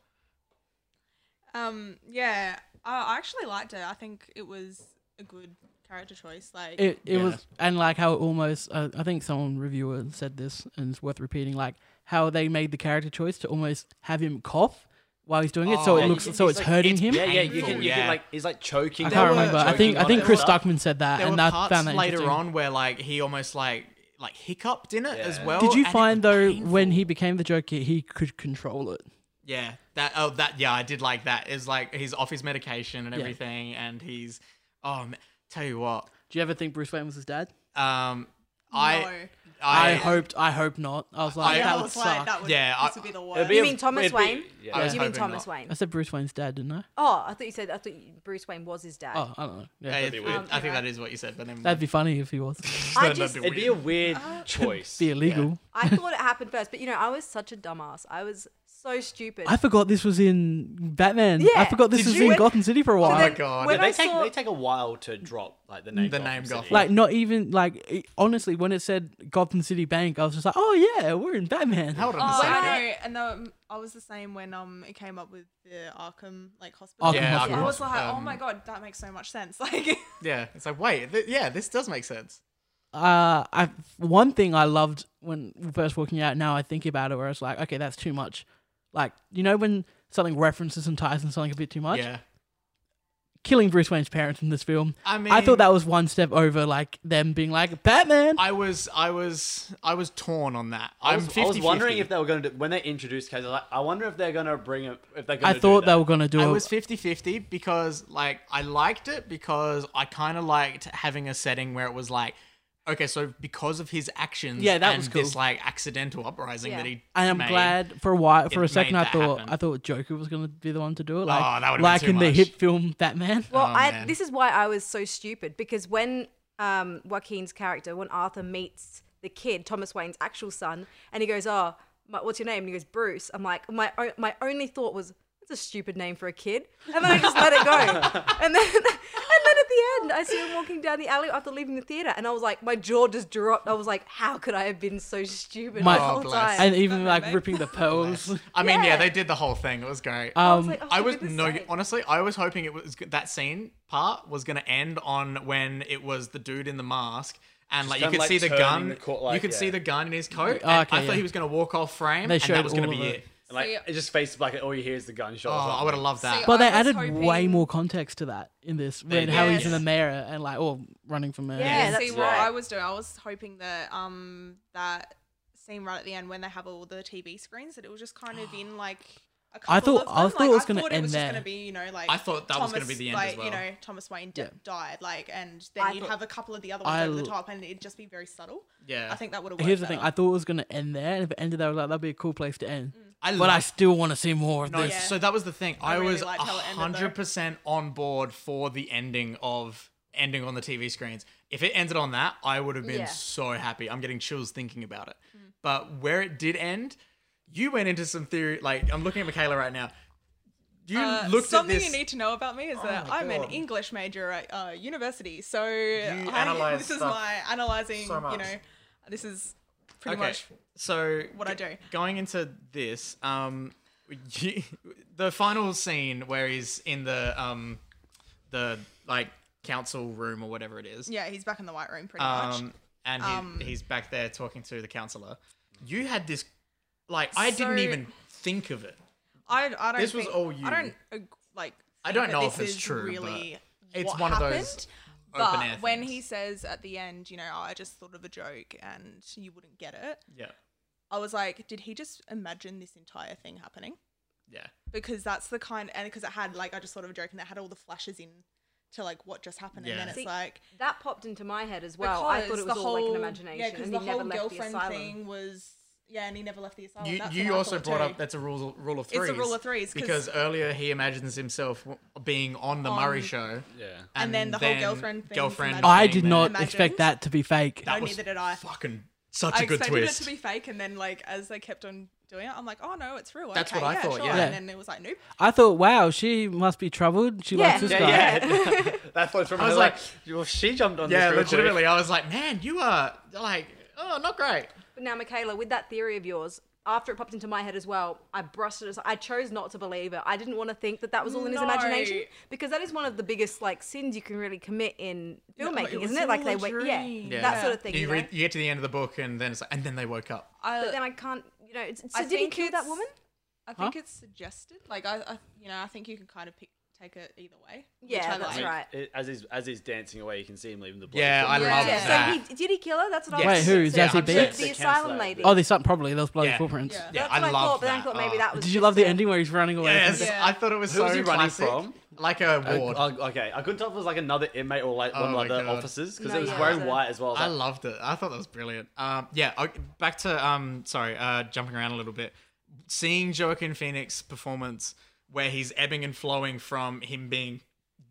[SPEAKER 5] Um, yeah, I I actually liked it. I think it was a good character choice. Like,
[SPEAKER 2] It, it
[SPEAKER 1] Yeah.
[SPEAKER 2] was and like how it almost uh, I think someone reviewer said this and it's worth repeating like how they made the character choice to almost have him cough while he's doing it so
[SPEAKER 1] Oh,
[SPEAKER 2] it
[SPEAKER 1] yeah,
[SPEAKER 2] looks
[SPEAKER 1] you-
[SPEAKER 2] so
[SPEAKER 1] he's
[SPEAKER 2] it's
[SPEAKER 1] like-
[SPEAKER 2] hurting
[SPEAKER 1] it's
[SPEAKER 2] him.
[SPEAKER 4] Yeah, yeah, you
[SPEAKER 1] Painful,
[SPEAKER 4] can, you
[SPEAKER 1] yeah.
[SPEAKER 4] can like he's like choking.
[SPEAKER 2] I
[SPEAKER 4] there
[SPEAKER 2] can't
[SPEAKER 4] were-
[SPEAKER 2] remember. I
[SPEAKER 4] choking
[SPEAKER 2] think I
[SPEAKER 4] on
[SPEAKER 2] think
[SPEAKER 4] it
[SPEAKER 2] Chris
[SPEAKER 4] and
[SPEAKER 2] Stockman said that
[SPEAKER 1] There
[SPEAKER 2] and
[SPEAKER 1] were
[SPEAKER 2] I
[SPEAKER 1] parts
[SPEAKER 2] found that
[SPEAKER 1] later
[SPEAKER 2] interesting.
[SPEAKER 1] on where like he almost like like hiccuped in it as
[SPEAKER 4] Yeah.
[SPEAKER 1] well.
[SPEAKER 2] Did you
[SPEAKER 1] and it
[SPEAKER 2] find
[SPEAKER 1] was
[SPEAKER 2] though
[SPEAKER 1] painful.
[SPEAKER 2] when he became the Joker he could control it?
[SPEAKER 1] Yeah. That oh that yeah, I did like that. Is like he's off his medication and
[SPEAKER 2] Yeah.
[SPEAKER 1] everything and he's oh man, tell you what.
[SPEAKER 2] Do you ever think Bruce Wayne was his dad?
[SPEAKER 1] Um I
[SPEAKER 5] No.
[SPEAKER 2] I,
[SPEAKER 1] I,
[SPEAKER 2] hoped I hope not. I was like
[SPEAKER 1] I-
[SPEAKER 5] yeah,
[SPEAKER 2] that
[SPEAKER 5] I
[SPEAKER 2] would
[SPEAKER 5] was like,
[SPEAKER 2] suck.
[SPEAKER 5] that would,
[SPEAKER 1] Yeah, I-
[SPEAKER 5] this would be the
[SPEAKER 4] It'd
[SPEAKER 5] worst.
[SPEAKER 4] be
[SPEAKER 3] You
[SPEAKER 4] a-
[SPEAKER 3] mean Thomas
[SPEAKER 4] it'd be-
[SPEAKER 3] Wayne?
[SPEAKER 4] yeah.
[SPEAKER 1] I was
[SPEAKER 3] You mean
[SPEAKER 1] hoping
[SPEAKER 3] Thomas
[SPEAKER 1] not.
[SPEAKER 3] Wayne?
[SPEAKER 2] I said Bruce Wayne's dad, didn't I?
[SPEAKER 3] Oh, I thought you said I thought you- Bruce Wayne was his dad.
[SPEAKER 2] Oh, I don't know. Yeah.
[SPEAKER 1] I,
[SPEAKER 4] be weird.
[SPEAKER 1] I think that is what you said, but then
[SPEAKER 2] That'd be funny if he was.
[SPEAKER 3] I
[SPEAKER 1] that'd
[SPEAKER 3] just-
[SPEAKER 1] be
[SPEAKER 4] It'd be a weird
[SPEAKER 3] Uh,
[SPEAKER 2] [LAUGHS]
[SPEAKER 4] choice.
[SPEAKER 2] be illegal. [LAUGHS]
[SPEAKER 3] I thought it happened first, but you know, I was such a dumbass. I was so stupid.
[SPEAKER 2] I forgot this was in Batman. I
[SPEAKER 3] Yeah.
[SPEAKER 2] forgot this
[SPEAKER 1] Did
[SPEAKER 2] was
[SPEAKER 1] you-
[SPEAKER 2] in Gotham City for a while.
[SPEAKER 1] Oh, my God.
[SPEAKER 3] When
[SPEAKER 4] Yeah, they
[SPEAKER 3] I
[SPEAKER 4] take
[SPEAKER 3] saw,
[SPEAKER 4] they take a while to drop like the name
[SPEAKER 1] The
[SPEAKER 4] Gotham
[SPEAKER 1] name
[SPEAKER 4] City.
[SPEAKER 1] Gotham.
[SPEAKER 2] like not even like it- honestly, when it said Gotham City Bank, I was just like, oh yeah, we're in Batman.
[SPEAKER 1] hold on
[SPEAKER 5] Oh,
[SPEAKER 1] a
[SPEAKER 5] I
[SPEAKER 1] second.
[SPEAKER 5] know, and the, um, I was the same when um it came up with the Arkham like hospital.
[SPEAKER 2] Arkham Yeah, Hospital.
[SPEAKER 5] I was like, oh
[SPEAKER 1] um,
[SPEAKER 5] my god, that makes so much sense. [LAUGHS] Like,
[SPEAKER 1] Yeah. It's like, wait, th- yeah, this does make sense.
[SPEAKER 2] Uh, I one thing I loved when first walking out. Now I think about it, where it's like, okay, that's too much. Like you know when something references and ties in something a bit too much.
[SPEAKER 1] Yeah.
[SPEAKER 2] Killing Bruce Wayne's parents in this film.
[SPEAKER 1] I
[SPEAKER 2] I
[SPEAKER 1] mean-
[SPEAKER 2] thought that was one step over like them being like Batman.
[SPEAKER 1] I was I was I was torn on that.
[SPEAKER 4] I
[SPEAKER 1] I'm
[SPEAKER 4] was,
[SPEAKER 1] 50,
[SPEAKER 4] I was wondering if they were going to when they introduced Kaz. I was like, I wonder if they're going to bring it. If they're
[SPEAKER 2] I
[SPEAKER 4] going
[SPEAKER 2] thought they were gonna do
[SPEAKER 1] I
[SPEAKER 2] it.
[SPEAKER 1] was 50-50 because like I liked it because I kind of liked having a setting where it was like okay, so because of his actions
[SPEAKER 2] Yeah, that
[SPEAKER 1] and
[SPEAKER 2] was cool.
[SPEAKER 1] this like accidental uprising
[SPEAKER 3] Yeah.
[SPEAKER 1] that he
[SPEAKER 2] and I'm
[SPEAKER 1] made,
[SPEAKER 2] glad for a while. For
[SPEAKER 1] it
[SPEAKER 2] a second,
[SPEAKER 1] made
[SPEAKER 2] I
[SPEAKER 1] that
[SPEAKER 2] thought
[SPEAKER 1] happen. Oh,
[SPEAKER 2] I thought Joker was gonna be the one to do it. Like,
[SPEAKER 1] that would've been
[SPEAKER 2] like
[SPEAKER 1] too
[SPEAKER 2] in the
[SPEAKER 1] much.
[SPEAKER 2] hit film Batman.
[SPEAKER 3] well,
[SPEAKER 1] Oh,
[SPEAKER 3] I,
[SPEAKER 1] man.
[SPEAKER 3] this is why I was so stupid because when um, Joaquin's character, when Arthur meets the kid, Thomas Wayne's actual son, and he goes, "Oh, my, what's your name?" and he goes, "Bruce." I'm like, my o- my only thought was, "That's a stupid name for a kid," and then I just let
[SPEAKER 1] [LAUGHS]
[SPEAKER 3] it go. And then [LAUGHS] and then at the end, I see him walking down the alley after leaving the theater, and I was like, my jaw just dropped. I was like, how could I have been so stupid
[SPEAKER 2] My-
[SPEAKER 3] the
[SPEAKER 2] Oh,
[SPEAKER 3] whole
[SPEAKER 1] bless.
[SPEAKER 3] time?
[SPEAKER 2] [LAUGHS] and even like
[SPEAKER 5] back.
[SPEAKER 2] ripping the pearls.
[SPEAKER 1] I mean, yeah.
[SPEAKER 3] Yeah.
[SPEAKER 1] they did the whole thing. It was great.
[SPEAKER 3] I
[SPEAKER 2] um,
[SPEAKER 3] like, oh,
[SPEAKER 1] I
[SPEAKER 3] for
[SPEAKER 1] was
[SPEAKER 3] goodness
[SPEAKER 1] no
[SPEAKER 3] sake.
[SPEAKER 1] honestly, I was hoping it was that scene part was going to end on when it was the dude in the mask and like you
[SPEAKER 4] them,
[SPEAKER 1] could
[SPEAKER 4] like,
[SPEAKER 1] see the
[SPEAKER 4] turning
[SPEAKER 1] gun,
[SPEAKER 4] the court, like,
[SPEAKER 1] you could see
[SPEAKER 4] yeah.
[SPEAKER 1] the gun in his coat.
[SPEAKER 2] Oh,
[SPEAKER 1] and
[SPEAKER 2] okay,
[SPEAKER 1] I thought
[SPEAKER 2] yeah.
[SPEAKER 1] he was going to walk off frame
[SPEAKER 2] They
[SPEAKER 1] and
[SPEAKER 2] showed
[SPEAKER 1] that was going
[SPEAKER 2] all
[SPEAKER 1] to
[SPEAKER 2] of
[SPEAKER 1] be
[SPEAKER 2] it.
[SPEAKER 1] it.
[SPEAKER 4] Like
[SPEAKER 5] See-
[SPEAKER 4] it just faces like all you hear is the gunshot.
[SPEAKER 1] Oh,
[SPEAKER 4] or
[SPEAKER 1] I
[SPEAKER 4] something.
[SPEAKER 1] would have loved that.
[SPEAKER 5] See,
[SPEAKER 2] [LAUGHS] but they
[SPEAKER 5] I was
[SPEAKER 2] added way
[SPEAKER 5] hoping-
[SPEAKER 2] more context to that in this.
[SPEAKER 1] They
[SPEAKER 2] When how
[SPEAKER 5] did.
[SPEAKER 2] he's in the
[SPEAKER 5] Yes.
[SPEAKER 2] mayor and like, oh, running for mayor.
[SPEAKER 5] [LAUGHS]
[SPEAKER 3] Yeah,
[SPEAKER 5] see
[SPEAKER 3] that's
[SPEAKER 5] what
[SPEAKER 3] right.
[SPEAKER 5] I was doing. I was hoping that um that scene right at the end when they have all the TV screens that it was just kind of in like. A couple
[SPEAKER 2] I thought-
[SPEAKER 5] of them.
[SPEAKER 2] I thought
[SPEAKER 5] like,
[SPEAKER 2] it was gonna
[SPEAKER 5] thought
[SPEAKER 2] end
[SPEAKER 5] was just
[SPEAKER 2] there.
[SPEAKER 5] gonna be, you know, like
[SPEAKER 1] I thought that was gonna be the end as
[SPEAKER 5] like,
[SPEAKER 1] well.
[SPEAKER 5] You know, Thomas Wayne di-
[SPEAKER 2] Yeah.
[SPEAKER 5] died, like, and then
[SPEAKER 3] I
[SPEAKER 5] you'd
[SPEAKER 3] thought-
[SPEAKER 5] have a couple of the other ones
[SPEAKER 2] I
[SPEAKER 5] over the
[SPEAKER 2] l-
[SPEAKER 5] top, and it'd just be very subtle.
[SPEAKER 1] Yeah.
[SPEAKER 5] I think that would have.
[SPEAKER 2] Here's the thing. I thought it was gonna end there, and if it ended, I was like, that'd be a cool place to end.
[SPEAKER 5] Mm.
[SPEAKER 1] I
[SPEAKER 2] But
[SPEAKER 1] love-
[SPEAKER 2] I still want to see more of
[SPEAKER 1] No,
[SPEAKER 2] this.
[SPEAKER 5] Oh, Yeah.
[SPEAKER 1] so that was the thing. I,
[SPEAKER 5] I really
[SPEAKER 1] was
[SPEAKER 5] liked how it ended, though.
[SPEAKER 1] hundred percent on board for the ending of ending on the TV screens. If it ended on that, I would have been
[SPEAKER 3] Yeah.
[SPEAKER 1] so happy. I'm getting chills thinking about it.
[SPEAKER 5] Mm.
[SPEAKER 1] But where it did end, you went into some theory. Like I'm looking at Michaela right now. You looked at
[SPEAKER 5] Uh, something
[SPEAKER 1] this. Oh
[SPEAKER 5] you need to know about me is that
[SPEAKER 1] my
[SPEAKER 5] I'm an
[SPEAKER 1] God.
[SPEAKER 5] English major at uh, university, so I,
[SPEAKER 1] analyse
[SPEAKER 5] this is
[SPEAKER 1] stuff
[SPEAKER 5] my analyzing.
[SPEAKER 1] so
[SPEAKER 5] you
[SPEAKER 1] much.
[SPEAKER 5] know, this is pretty
[SPEAKER 1] okay,
[SPEAKER 5] much
[SPEAKER 1] so
[SPEAKER 5] what I do.
[SPEAKER 1] Going into this, um, you, the final scene where he's in the um, the like council room or whatever it is.
[SPEAKER 5] yeah. He's back in the white room pretty much.
[SPEAKER 1] Um, and he,
[SPEAKER 5] Um,
[SPEAKER 1] he's back there talking to the counselor. You had this, like, I didn't
[SPEAKER 5] So-
[SPEAKER 1] even think of it.
[SPEAKER 5] I, I don't.
[SPEAKER 1] This was
[SPEAKER 5] think-
[SPEAKER 1] all you.
[SPEAKER 5] I don't ag- like.
[SPEAKER 1] I don't
[SPEAKER 5] think
[SPEAKER 1] know
[SPEAKER 5] that
[SPEAKER 1] if
[SPEAKER 5] this
[SPEAKER 1] it's
[SPEAKER 5] is
[SPEAKER 1] true,
[SPEAKER 5] Really,
[SPEAKER 1] but it's
[SPEAKER 5] what
[SPEAKER 1] one of those
[SPEAKER 5] happened,
[SPEAKER 1] open
[SPEAKER 5] But
[SPEAKER 1] air
[SPEAKER 5] when
[SPEAKER 1] things.
[SPEAKER 5] he says at the end, you know, oh, I just thought of a joke and you wouldn't get it,
[SPEAKER 1] Yeah,
[SPEAKER 5] I was like, did he just imagine this entire thing happening?
[SPEAKER 1] yeah,
[SPEAKER 5] Because that's the kind, and because it had like I just thought of a joke and it had all the flashes in to like what just happened, and
[SPEAKER 1] Yeah.
[SPEAKER 5] then it's
[SPEAKER 3] See,
[SPEAKER 5] like
[SPEAKER 3] That popped into my head as well. I thought
[SPEAKER 5] because
[SPEAKER 3] it was
[SPEAKER 5] the
[SPEAKER 3] all like an
[SPEAKER 5] whole-
[SPEAKER 3] imagination,
[SPEAKER 5] Yeah,
[SPEAKER 3] and
[SPEAKER 5] because
[SPEAKER 3] he
[SPEAKER 5] the
[SPEAKER 3] never
[SPEAKER 5] whole
[SPEAKER 3] left the
[SPEAKER 5] girlfriend
[SPEAKER 3] asylum.
[SPEAKER 5] thing was yeah, and he never left the asylum.
[SPEAKER 1] you
[SPEAKER 5] That's what
[SPEAKER 1] you
[SPEAKER 5] I
[SPEAKER 1] also
[SPEAKER 5] thought
[SPEAKER 1] brought
[SPEAKER 5] too.
[SPEAKER 1] up that's a rule rule of
[SPEAKER 5] It's a
[SPEAKER 1] threes.
[SPEAKER 5] rule of threes, 'cause-
[SPEAKER 1] because earlier he imagines himself w- being on the Murray
[SPEAKER 5] On-
[SPEAKER 1] show,
[SPEAKER 4] Yeah.
[SPEAKER 5] And then the whole girlfriend thing
[SPEAKER 1] girlfriend
[SPEAKER 5] from
[SPEAKER 2] I
[SPEAKER 5] Imagine.
[SPEAKER 2] did
[SPEAKER 1] being
[SPEAKER 2] not
[SPEAKER 1] there.
[SPEAKER 5] Imagine.
[SPEAKER 2] expect that to be fake.
[SPEAKER 1] That
[SPEAKER 5] Oh,
[SPEAKER 1] was
[SPEAKER 5] neither did I.
[SPEAKER 1] Fucking such
[SPEAKER 5] I
[SPEAKER 1] a good
[SPEAKER 5] expected
[SPEAKER 1] twist.
[SPEAKER 5] it to be fake, and then like as they kept on doing it, I'm like, oh no, it's real.
[SPEAKER 1] That's
[SPEAKER 5] okay,
[SPEAKER 1] what I
[SPEAKER 5] yeah,
[SPEAKER 1] thought,
[SPEAKER 5] Sure.
[SPEAKER 1] yeah.
[SPEAKER 5] And then it was like, nope.
[SPEAKER 2] I thought, wow, she must be troubled. She
[SPEAKER 3] Yeah.
[SPEAKER 2] likes this
[SPEAKER 3] Yeah,
[SPEAKER 2] guy.
[SPEAKER 4] yeah. that flows from.
[SPEAKER 1] I
[SPEAKER 4] I
[SPEAKER 1] was
[SPEAKER 4] was like, well, she jumped on.
[SPEAKER 1] yeah,
[SPEAKER 4] this real quick.
[SPEAKER 1] legitimately, I was like, man, you are like, oh, not great.
[SPEAKER 3] But now, Michaela, with that theory of yours, after it popped into my head as well, I brushed it. aside. I chose not to believe it. I didn't want to think that that was all in his
[SPEAKER 5] No.
[SPEAKER 3] imagination because that is one of the biggest like sins you can really commit in
[SPEAKER 5] No,
[SPEAKER 3] filmmaking,
[SPEAKER 5] it was
[SPEAKER 3] isn't it? Like
[SPEAKER 5] all
[SPEAKER 3] they
[SPEAKER 5] a
[SPEAKER 3] wait, yeah,
[SPEAKER 5] dream.
[SPEAKER 3] that
[SPEAKER 1] Yeah.
[SPEAKER 3] sort of thing.
[SPEAKER 1] you,
[SPEAKER 3] you know?
[SPEAKER 1] read, you get to the end of the book, and then it's like, and then they woke up.
[SPEAKER 5] I,
[SPEAKER 3] but then I can't, you know. It's, so
[SPEAKER 5] I
[SPEAKER 3] did he
[SPEAKER 5] think
[SPEAKER 3] kill that
[SPEAKER 5] it's-
[SPEAKER 3] woman?
[SPEAKER 5] I think it's suggested. Like I, I, you know, I think you can kind of pick, take it either way. which
[SPEAKER 3] Yeah,
[SPEAKER 5] I
[SPEAKER 3] that's
[SPEAKER 5] like.
[SPEAKER 3] right.
[SPEAKER 4] It- as he's as he's dancing away, you can see him leaving the. blood
[SPEAKER 1] Yeah, I
[SPEAKER 4] from-
[SPEAKER 1] love
[SPEAKER 3] yeah.
[SPEAKER 1] that.
[SPEAKER 3] So he, did he kill her? That's what I
[SPEAKER 1] Yes.
[SPEAKER 3] was.
[SPEAKER 1] Wait, who?
[SPEAKER 3] So
[SPEAKER 1] Zazie
[SPEAKER 3] the-
[SPEAKER 1] Beetz?
[SPEAKER 3] The
[SPEAKER 4] The
[SPEAKER 3] asylum
[SPEAKER 4] counselor.
[SPEAKER 3] lady.
[SPEAKER 2] Oh, there's something probably those bloody
[SPEAKER 1] Yeah.
[SPEAKER 2] footprints.
[SPEAKER 5] Yeah.
[SPEAKER 1] Yeah,
[SPEAKER 3] That's what I,
[SPEAKER 1] love
[SPEAKER 3] thought, but
[SPEAKER 1] that.
[SPEAKER 3] then I thought maybe
[SPEAKER 1] Oh.
[SPEAKER 3] that was.
[SPEAKER 2] Did you
[SPEAKER 3] just
[SPEAKER 2] love the
[SPEAKER 3] a-
[SPEAKER 2] ending where he's running away?
[SPEAKER 1] Yes,
[SPEAKER 2] from-
[SPEAKER 5] Yeah.
[SPEAKER 1] I thought it was
[SPEAKER 4] Who
[SPEAKER 1] so
[SPEAKER 4] was he running
[SPEAKER 1] classic.
[SPEAKER 4] from?
[SPEAKER 1] Like a ward.
[SPEAKER 4] Oh, okay, I couldn't tell if it was like another inmate or like
[SPEAKER 1] Oh
[SPEAKER 4] one
[SPEAKER 1] my
[SPEAKER 4] of the other
[SPEAKER 1] God.
[SPEAKER 4] officers because
[SPEAKER 3] No,
[SPEAKER 4] it was
[SPEAKER 3] yeah,
[SPEAKER 4] wearing
[SPEAKER 3] so-
[SPEAKER 4] white as well.
[SPEAKER 1] I
[SPEAKER 4] I was
[SPEAKER 1] loved it. I thought that was brilliant. Um, yeah, okay, back to um, sorry, uh, jumping around a little bit. Seeing Joaquin Phoenix performance where he's ebbing and flowing from him being